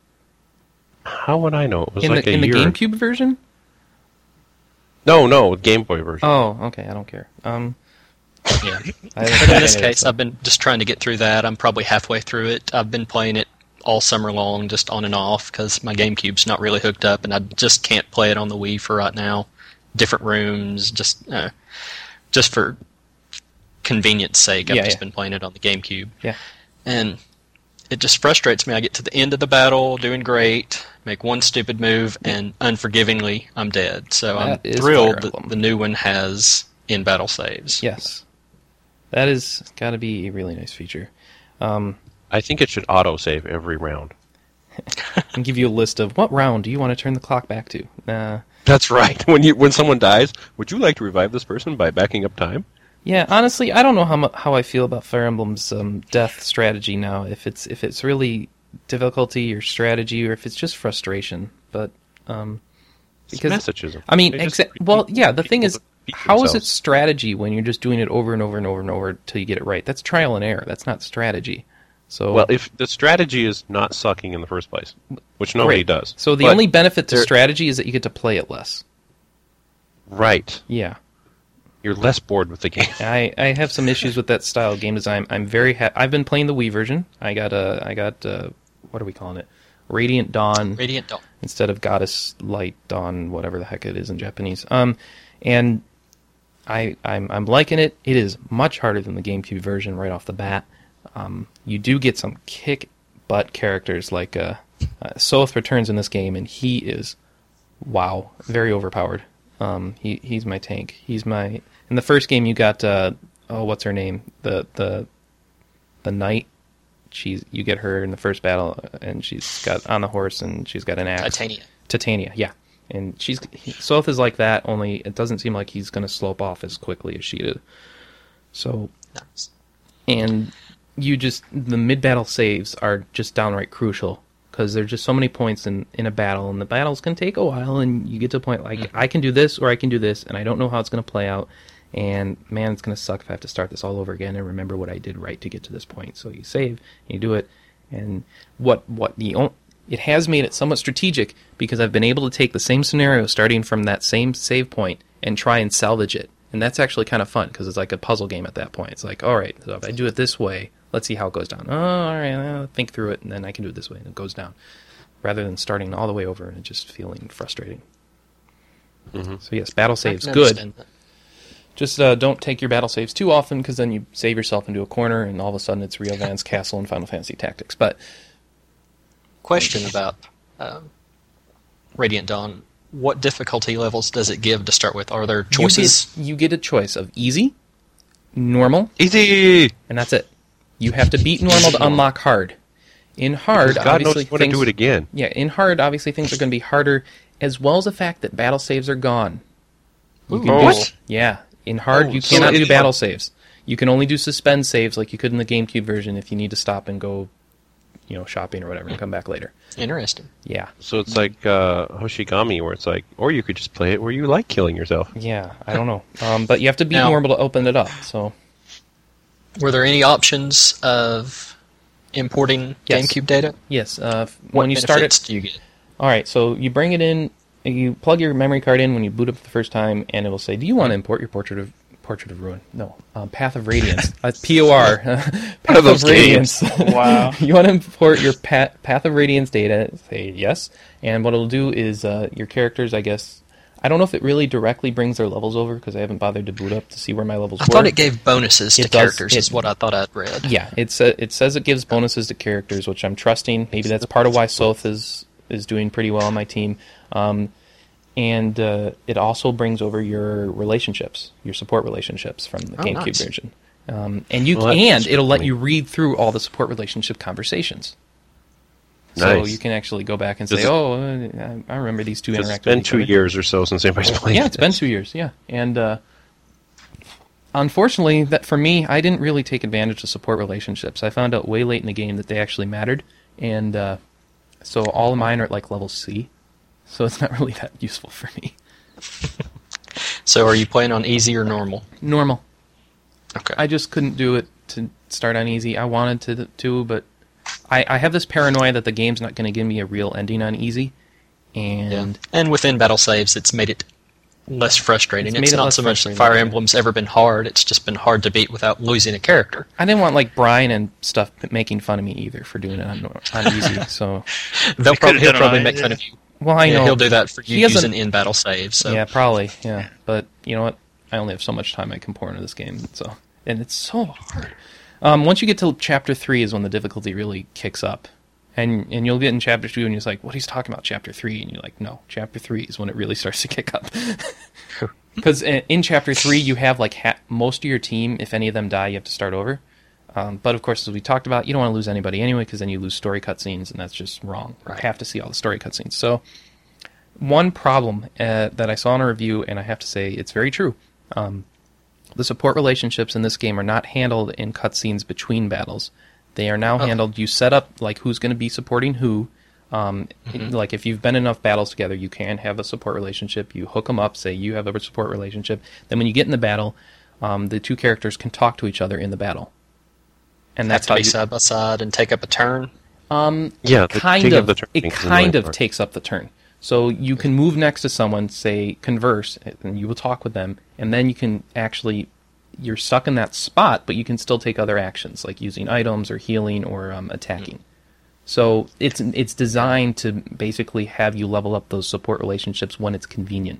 How would I know? It was
in
like
the
a
in the
year.
GameCube version?
No, no, Game Boy version.
Oh, okay. I don't care. Um,
Yeah.
I
But in this case, I've been just trying to get through that. I'm probably halfway through it. I've been playing it all summer long, just on and off, because my GameCube's not really hooked up, and I just can't play it on the Wii for right now. Different rooms, just uh, just for convenience sake, I've
Yeah,
just
yeah.
been playing it on the GameCube.
Yeah.
and it just frustrates me. I get to the end of the battle, doing great, make one stupid move, and unforgivingly, I'm dead. So
That
I'm
is Fire
thrilled that
Emblem.
the new one has in battle saves.
yes, that is got to be a really nice feature. Um,
I think it should auto save every round.
and give you a list of what round do you want to turn the clock back to? Uh,
That's right. When you when someone dies, would you like to revive this person by backing up time?
Yeah, honestly, I don't know how mu- how I feel about Fire Emblem's um, death strategy now. If it's if it's really difficulty or strategy, or if it's just frustration. But um,
It's
Because-
messages.
I mean,
They just
exa-
repeat
well, yeah. The thing
people
is,
to beat
how is it
themselves.
strategy when you're just doing it over and over and over and over till you get it right? That's trial and error. That's not strategy. So
Well, if the strategy is not sucking in the first place, which nobody
Great.
does.
So the
But-
only benefit to
there-
strategy is that you get to play it less.
right,
Yeah.
you're less bored with the game.
I, I have some issues with that style of game design. I'm very ha- I've been playing the Wii version. I got uh, I got uh, what are we calling it? Radiant Dawn
Radiant Dawn.
instead of Goddess Light Dawn, whatever the heck it is in Japanese. Um, and I I'm I'm liking it. It is much harder than the GameCube version right off the bat. Um, you do get some kick butt characters like uh, uh, Soth returns in this game, and he is wow, very overpowered. Um, he he's my tank. He's my in the first game you got uh oh what's her name the the the knight. She's you get her in the first battle, and she's got on the horse, and she's got an axe.
Titania.
Titania, yeah. And she's he, Soth is like that. Only it doesn't seem like he's going to slope off as quickly as she did. So
Nice.
and you just the mid battle saves are just downright crucial because there's just so many points in in a battle and the battles can take a while and you get to a point like I can do this or I can do this and I don't know how it's going to play out and man it's going to suck if I have to start this all over again and remember what I did right to get to this point so you save and you do it and what what the on- it has made it somewhat strategic because I've been able to take the same scenario starting from that same save point and try and salvage it. And that's actually kind of fun because it's like a puzzle game at that point. It's like, all right, so if I do it this way, let's see how it goes down. Oh, all right, I'll think through it, and then I can do it this way, and it goes down, rather than starting all the way over and it just feeling frustrating. So yes, battle saves
I can
good.
understand that.
Just uh, don't take your battle saves too often, because then you save yourself into a corner, and all of a sudden it's Riolan's castle in Final Fantasy Tactics. But
Question about um, Radiant Dawn. What difficulty levels does it give to start with? Are there
you get-
choices?
you get, a choice of easy, normal,
Easy.
and that's it. You have to beat normal to unlock hard. In hard,
God knows
obviously,
you want to
things-
do it again.
Yeah, in hard, obviously things are going to be harder, as well as the fact that battle saves are gone. You can
Ooh.
do-
What?
yeah, in hard
Oh,
you
so
cannot do
it's-
battle saves. You can only do suspend saves like you could in the GameCube version if you need to stop and go, you know, shopping or whatever and come back later.
Interesting.
Yeah,
So it's like uh, Hoshigami, where it's like, or you could just play it where you like killing yourself.
yeah, I don't know, um, but you have to be
Now-
normal to open it up. So
Were there any options of importing
Yes.
GameCube data?
yes, uh, f-
What
when you start it,
benefits do you get?
All right, so you bring it in, you plug your memory card in when you boot up the first time, and it'll say, "Do you want to import your portrait of portrait of ruin? No, um, Path of Radiance, uh, POR, Path
those
of Radiance.
Wow.
you want to import your pa- Path of Radiance data? Say yes, and what it'll do is uh, your characters, I guess. I don't know if it really directly brings their levels over because I haven't bothered to boot up to see where my levels
I
were.
thought it gave bonuses to
It does-
characters,
it-
is what I thought I'd read.
Yeah, it sa it says it gives bonuses to characters, which I'm trusting. Maybe that's part of why Soth is is doing pretty well on my team. Um, and uh, it also brings over your relationships, your support relationships from the
Oh,
GameCube
nice.
version. Um, and you
Well, that's
and it'll let
cool.
you read through all the support relationship conversations. So
Nice.
you can actually go back and
Does
say,
it-
"Oh, uh, I I remember these two interacted."
It's
with
been
each
two
other."
years or so since anybody's played.
Yeah, it's been
this.
two years. Yeah, and uh, unfortunately, that for me, I didn't really take advantage of support relationships. I found out way late in the game that they actually mattered, and uh, so all of mine are at like level C, so it's not really that useful for me.
So are you playing on easy or normal?
Normal.
Okay.
I just couldn't do it to start on easy. I wanted to to, but I, I have this paranoia that the game's not going to give me a real ending on easy,
Yeah.
and
And within battle saves, it's made it less frustrating.
It's
It's,
made it
not
less
so much that
frustrating,
Fire
yeah.
Emblem's ever been hard. It's just been hard to beat without losing a character.
I didn't want like Brian and stuff making fun of me either for doing it on, nor- on easy. So.
They'll
could've
probably, he'll
done it on
probably
it,
make fun
yeah.
of you.
Well, I
Yeah,
know
he'll do that for
He
you
hasn't-
using in-battle saves. So.
Yeah, probably. Yeah, but you know what? I only have so much time I can pour into this game, so and it's so hard. Um, once you get to chapter three, is when the difficulty really kicks up, and and you'll get in chapter two, and you're just like, "What he's talking about?" Chapter three, and you're like, "No, chapter three is when it really starts to kick up." Because in, in chapter three, you have like ha- most of your team. If any of them die, you have to start over. Um, but of course, as we talked about, you don't want to lose anybody anyway, because then you lose story cutscenes, and that's just wrong. You
Right.
have to see all the story cutscenes. So, one problem uh, that I saw in a review, and I have to say it's very true. Um, the support relationships in this game are not handled in cutscenes between battles. They are now handled. You set up like who's going to be supporting who. Um, Like if you've been in enough battles together, you can have a support relationship. You hook them up. Say you have a support relationship. Then when you get in the battle, um, the two characters can talk to each other in the battle. And
Have
that's
to
how
be
you
side by side and take up a turn.
Yeah, the
kind
taking
of
the turn
it
thing is
kind
annoying
of
part.
takes up the turn. So you can move next to someone, say converse, and you will talk with them, and then you can actually you're stuck in that spot, but you can still take other actions like using items or healing or um, attacking. So it's it's designed to basically have you level up those support relationships when it's convenient,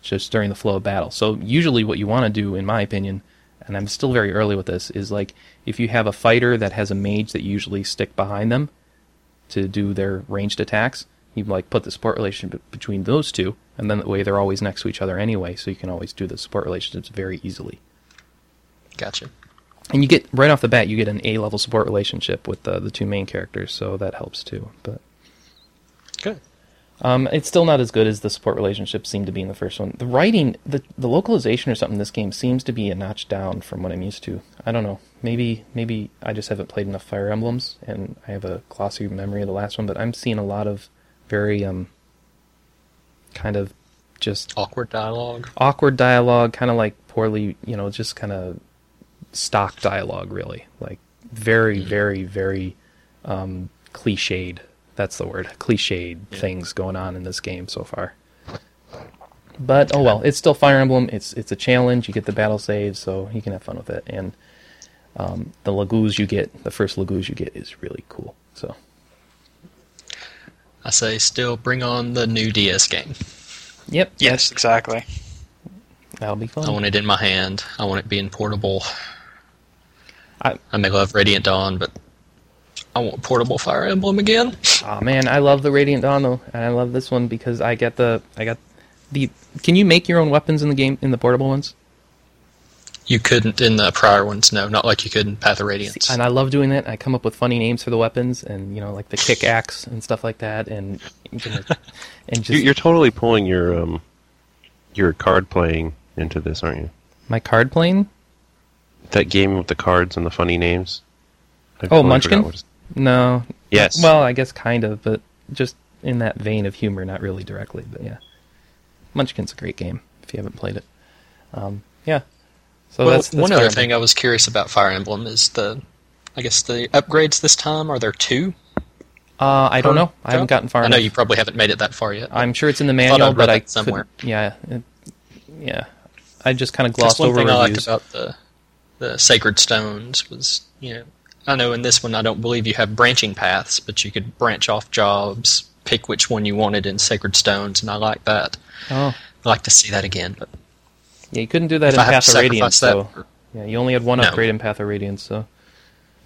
just during the flow of battle. So usually, what you want to do, in my opinion, and I'm still very early with this, is like if you have a fighter that has a mage that you usually stick behind them, to do their ranged attacks. You like put the support relationship be- between those two, and then that way they're always next to each other anyway, so you can always do the support relationships very easily.
Gotcha.
And you get right off the bat, you get an A level support relationship with uh, the two main characters, so that helps too. But
Good.
um, it's still not as good as the support relationships seem to be in the first one. The writing, the the localization or something in this game seems to be a notch down from what I'm used to. I don't know. Maybe maybe I just haven't played enough Fire Emblems and I have a glossy memory of the last one, but I'm seeing a lot of very um kind of just
Awkward dialogue.
awkward dialogue, kind of like poorly, you know, just kind of stock dialogue really. Like very very very um cliched. That's the word. Cliched things going on in this game so far. But oh well, it's still Fire Emblem. It's it's a challenge. You get the battle saves, so you can have fun with it. And um, the lagoos you get, the first lagoos you get, is really cool. So
I say, still bring on the new DS game.
yep,
Yes, exactly.
That'll be fun.
I want it in my hand. I want it being portable.
I-
I, may love Radiant Dawn, but I want portable Fire Emblem again.
Oh man, I love the Radiant Dawn though, and I love this one because I get the I got the. Can you make your own weapons in the game in the portable ones?
You couldn't in the prior ones, no, not like you could in Path of Radiance.
And I love doing that. I come up with funny names for the weapons, and you know, like the kick axe and stuff like that, and you know, and
You,
just
you're totally pulling your um, your card playing into this, aren't you?
my card plane.
That game with the cards and the funny names. I
Oh,
totally
Munchkin?
forgot what it's-
No.
Yes.
Well, I guess kind of, but just in that vein of humor, not really directly, but yeah. Munchkin's a great game if you haven't played it. Um, yeah. So
Well,
that's, that's
one other
Fire
thing I was curious about Fire Emblem is the, I guess the upgrades this time. Are there two?
Emblem. Uh, I don't know. I haven't gotten far
Um, I know
enough.
you probably haven't made it that far yet.
I'm sure it's in the
I'd
manual,
read
but
that
I couldn't-
somewhere.
Yeah, it- yeah. I just kind of
That's
glossed
one
over
thing I liked
reviews.
about the the sacred stones was you know I know in this one I don't believe you have branching paths, but you could branch off jobs, pick which one you wanted in sacred stones, and I like that.
oh,
I'd like to see that again, but
yeah. You couldn't do that
if
in
I have
Path
to
of
sacrifice
Radiance,
that,
though. Yeah, you only had one
No.
upgrade in Path of Radiance, so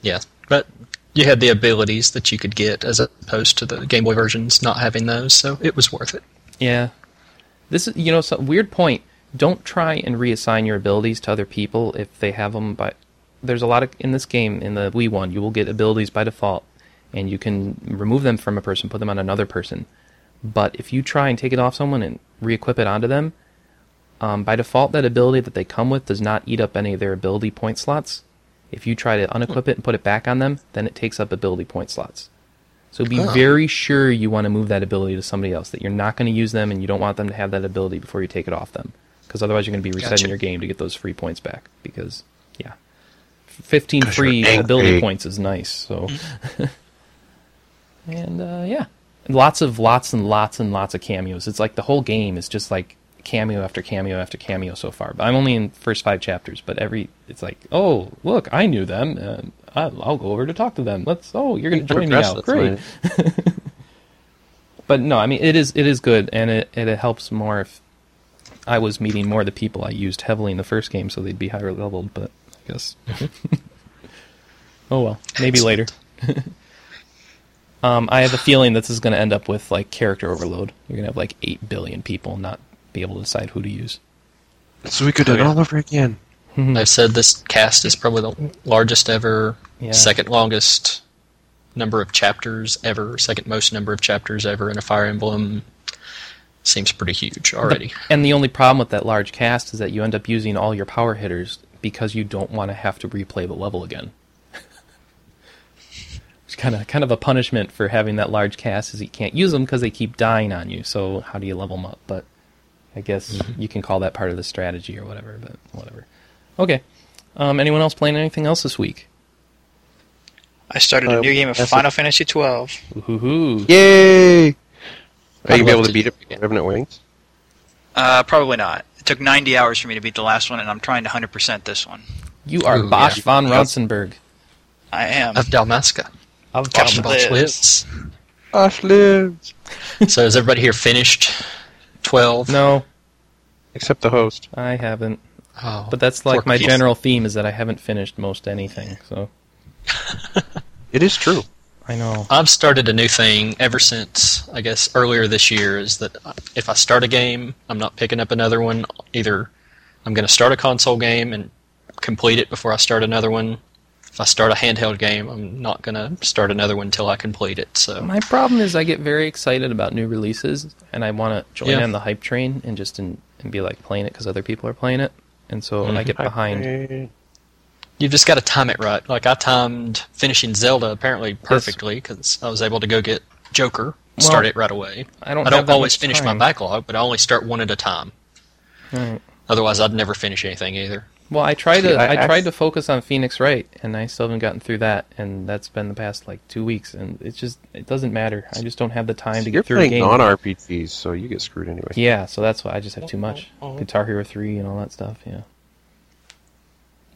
yeah. But you had the abilities that you could get as opposed to the Game Boy versions not having those, so it was worth it.
yeah. This is you know some weird point. Don't try and reassign your abilities to other people if they have them. By there's a lot of in this game in the Wii one, you will get abilities by default, and you can remove them from a person, put them on another person. But if you try and take it off someone and re-equip it onto them, Um, by default, that ability that they come with does not eat up any of their ability point slots. If you try to unequip it and put it back on them, then it takes up ability point slots. So be
Oh.
very sure you want to move that ability to somebody else, that you're not going to use them and you don't want them to have that ability before you take it off them. Because otherwise, you're going to be resetting
Gotcha.
your game to get those free points back. Because, yeah. 15
'Cause you're
free
angry.
ability points is nice. So, and uh, yeah, lots of lots and lots and lots of cameos. It's like the whole game is just like cameo after cameo after cameo so far. But I'm only in first five chapters, but every it's like, oh look, I knew them. and I- I'll go over to talk to them. Let's. Oh, you're gonna join me
Progress
now.
this
Great.
way.
But no, I mean it is it is good, and it it helps more if I was meeting more of the people I used heavily in the first game, so they'd be higher leveled. But I guess. oh well, maybe later. um, I have a feeling this is going to end up with like character overload. You're going to have like eight billion people and not be able to decide who to use.
So we could do it all over again.
I've said this cast is probably the largest ever,
Yeah.
second longest number of chapters ever, second most number of chapters ever in a Fire Emblem. Seems pretty huge already.
And the only problem with that large cast is that you end up using all your power hitters because you don't want to have to replay the level again. it's kind of kind of a punishment for having that large cast is you can't use them because they keep dying on you. So how do you level them up? But I guess
Mm-hmm.
you can call that part of the strategy or whatever. But whatever. Okay. Um, anyone else playing anything else this week?
I started a
Uh,
new game of
that's
Final Fantasy twelve.
Ooh-hoo-hoo.
Yay! Are
I'd
you
love
able to
to
beat
do
it?
it again.
Revenant Wings.
Uh, probably not. It took 90 hours for me to beat the last one, and I'm trying to 100% this one.
You are
Ooh,
Bosch
yeah.
von Rausenberg.
I am.
Of Dalmasca.
Of
Gosh,
Dalma-
Liz.
Liz.
Ash lives.
So is everybody here finished? Twelve.
No,
Except the host.
I haven't.
Oh,
But that's like
poor
my
Keith.
general theme is that I haven't finished most anything. So
It is true.
I know.
I've started a new thing ever since I guess earlier this year. Is that if I start a game, I'm not picking up another one. Either I'm going to start a console game and complete it before I start another one. If I start a handheld game, I'm not going to start another one until I complete it. So
My problem is I get very excited about new releases and I want to join
Yeah.
on the hype train and just in, and be like playing it because other people are playing it, and so I get behind.
Yay.
you've just got to time it right. Like I timed finishing Zelda apparently perfectly because I was able to go get Joker,
Well,
start it right away.
I don't have
I don't
that
always
much
finish
time.
my backlog, but I only start one at a time.
Right.
Otherwise, I'd never finish anything either.
Well, I tried to
See, I
I, tried
act-
to focus on Phoenix Wright, and I still haven't gotten through that, and that's been the past like two weeks, and it's just it doesn't matter. I just don't have the time to
You're
get through a
playing
game.
non-RPGs, so you get screwed anyway.
Yeah, so that's why I just have too much Guitar Hero three and all that stuff. Yeah.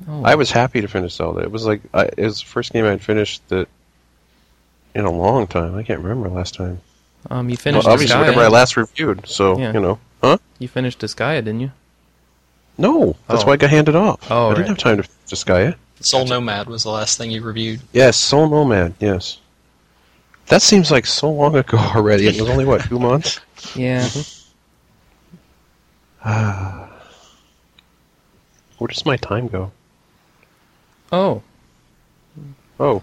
Oh.
I was happy to finish Zelda. It was like I, it was the first game I'd finished that in a long time. I can't remember last time.
um you finished
well, obviously,
Disgaea.
whenever I last reviewed. So
Yeah.
you know, huh?
You finished Disgaea, didn't you?
No, that's
Oh.
why I got handed off.
Oh,
I
right.
didn't have time to finish this guy. eh?
Soul Nomad was the last thing you reviewed.
Yes, Soul Nomad. Yes, that seems like so long ago already. It was only what two months.
Yeah.
Where does my time go?
Oh,
Oh,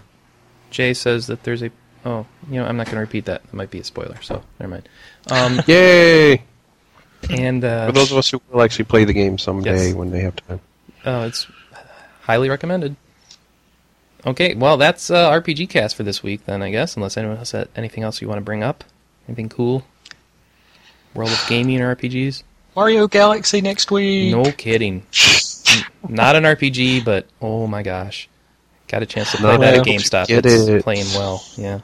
Jay says that there's a. Oh, you know, I'm not going to repeat that. That might be a spoiler, so never mind. Um,
yay!
and uh,
For those of us who will actually play the game someday
Yes.
when they have time.
uh, it's highly recommended. Okay, well, that's uh, RPG Cast for this week, then, I guess, unless anyone else had anything else you want to bring up. Anything cool? World of gaming and RPGs?
Mario Galaxy next week.
No kidding. N- Not an RPG, but oh my gosh. Got a chance to play
Not
that at
able to
GameStop.
get
it's
it.
playing well, yeah.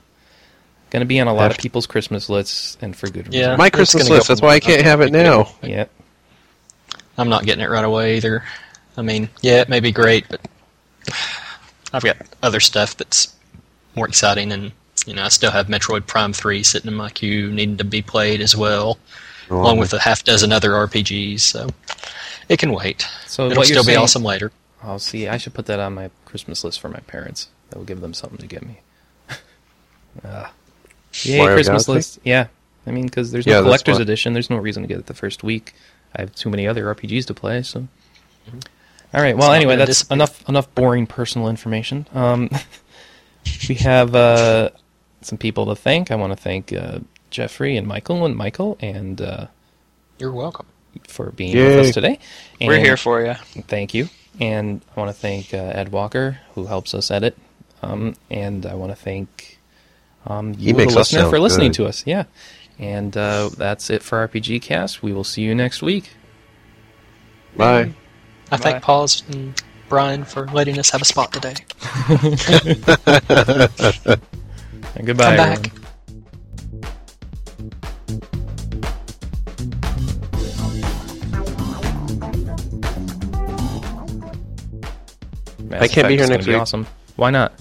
Going to be on a lot of
Have-
people's Christmas lists, and for good reason.
Yeah.
My
It's
Christmas
gonna go
list. That's why I can't have it now.
Yep.
I'm not getting it right away either. I mean, yeah, it may be great, but I've got other stuff that's more exciting, and you know, I still have Metroid Prime Three sitting in my queue, needing to be played as well, along with a half dozen other RPGs. So it can wait.
So
It'll
what you're
still be
saying,
awesome later.
Oh, see, I should put that on my Christmas list for my parents. That will give them something to get me. Ah. Yay,
Mario
Christmas
Galaxy?
list. Yeah. I mean, because there's
Yeah,
no
that's
collector's
why.
edition. There's no reason to get it the first week. I have too many other RPGs to play, so. All right. Well,
not
anyway,
gonna
that's
dissipate.
enough enough boring personal information. Um, we have uh, some people to thank. I want to thank uh, Jeffrey and Michael and Michael and uh,
You're welcome.
for being
Yay.
with us today.
We're
And-
here for you.
Thank you. And I want to thank uh, Ed Walker, who helps us edit. Um, and I want to thank um, you, the
makes us
listener,
sound
for listening
good.
to us. Yeah. And uh, that's it for RPG Cast. We will see you next week.
Bye.
I
Bye.
thank Paul's and Brian for letting us have a spot today.
And goodbye.
Come
everyone.
back.
Mass
I can't
Effect
be
is
here
gonna
next week.
Awesome. Why not?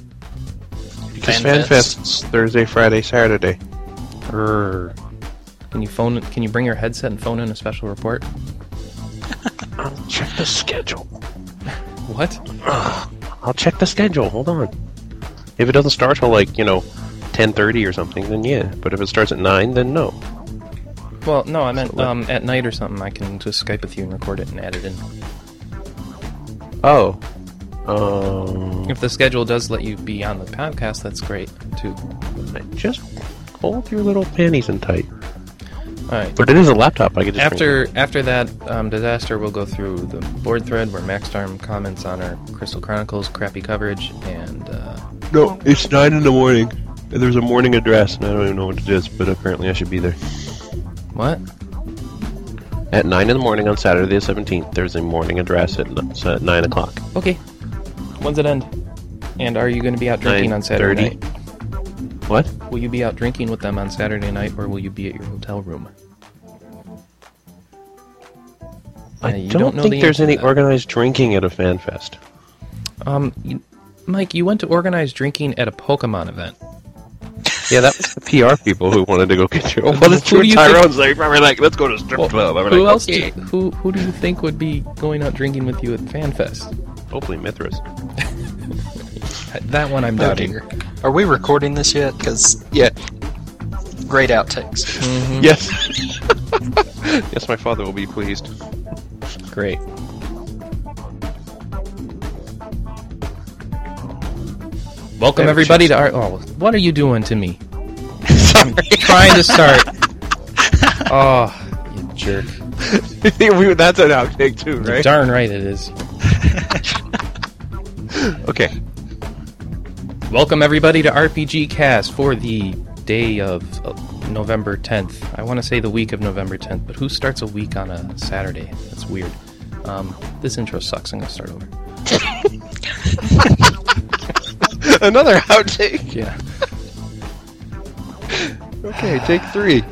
Because
Fan
Fan
Fest.
Fest's Thursday, Friday, Saturday.
Err. Can you phone? Can you bring your headset and phone in a special report?
I'll check the schedule.
What?
I'll check the schedule. Hold on. If it doesn't start till like you know, ten thirty or something, then yeah. But if it starts at nine, then no.
Well, no, I meant
what?
um, at night or something. I can just Skype with you and record it and add it in.
Oh. Um.
If the schedule does let you be on the podcast, that's great too.
Just hold your little panties in tight.
All right.
But it is a laptop. I could just bring
After after that um, disaster, we'll go through the board thread where Max Storm comments on our Crystal Chronicles crappy coverage, and uh,
it. No, it's nine in the morning. There's a morning address, and I don't even know what it is. But apparently, I should be there
what?
at nine in the morning on Saturday the seventeenth. There's a morning address at, it's at nine o'clock.
Okay. When's it end? And are you going to be out drinking on Saturday
9:30?
night?
What?
Will you be out drinking with them on Saturday night, or will you be at your hotel room?
I
Yeah, you
don't,
don't know
think
the
there's
answer to
any
that.
organized drinking at a fan fest.
Um, you, Mike, you went to organize drinking at a Pokemon event.
Yeah, that was the PR people who wanted to go get you. Oh, well, it's
Who
true.
do you
Tyrone's like, remember, like, let's go to strip club. I'm
Who
like,
else? Do
okay.
you, who who do you think would be going out drinking with you at FanFest?
"Oh, Hopefully, Mithras.
That one I'm
Oh
doubting.
dear. Are we recording this yet? Because
Yeah.
great outtakes.
Hmm.
Yes. yes, my father will be pleased.
Great. Welcome
Yeah,
everybody to our. Oh, what are you doing to me? I'm trying to start. Oh, you jerk!
We- That's an outtake too,
You're Darn right it is.
Okay.
Welcome everybody to RPG Cast for the day of uh, November 10th. I want to say the week of November 10th, but who starts a week on a Saturday? That's weird. Um, this intro sucks. I'm gonna start over.
Another outtake.
Yeah.
Okay, take three.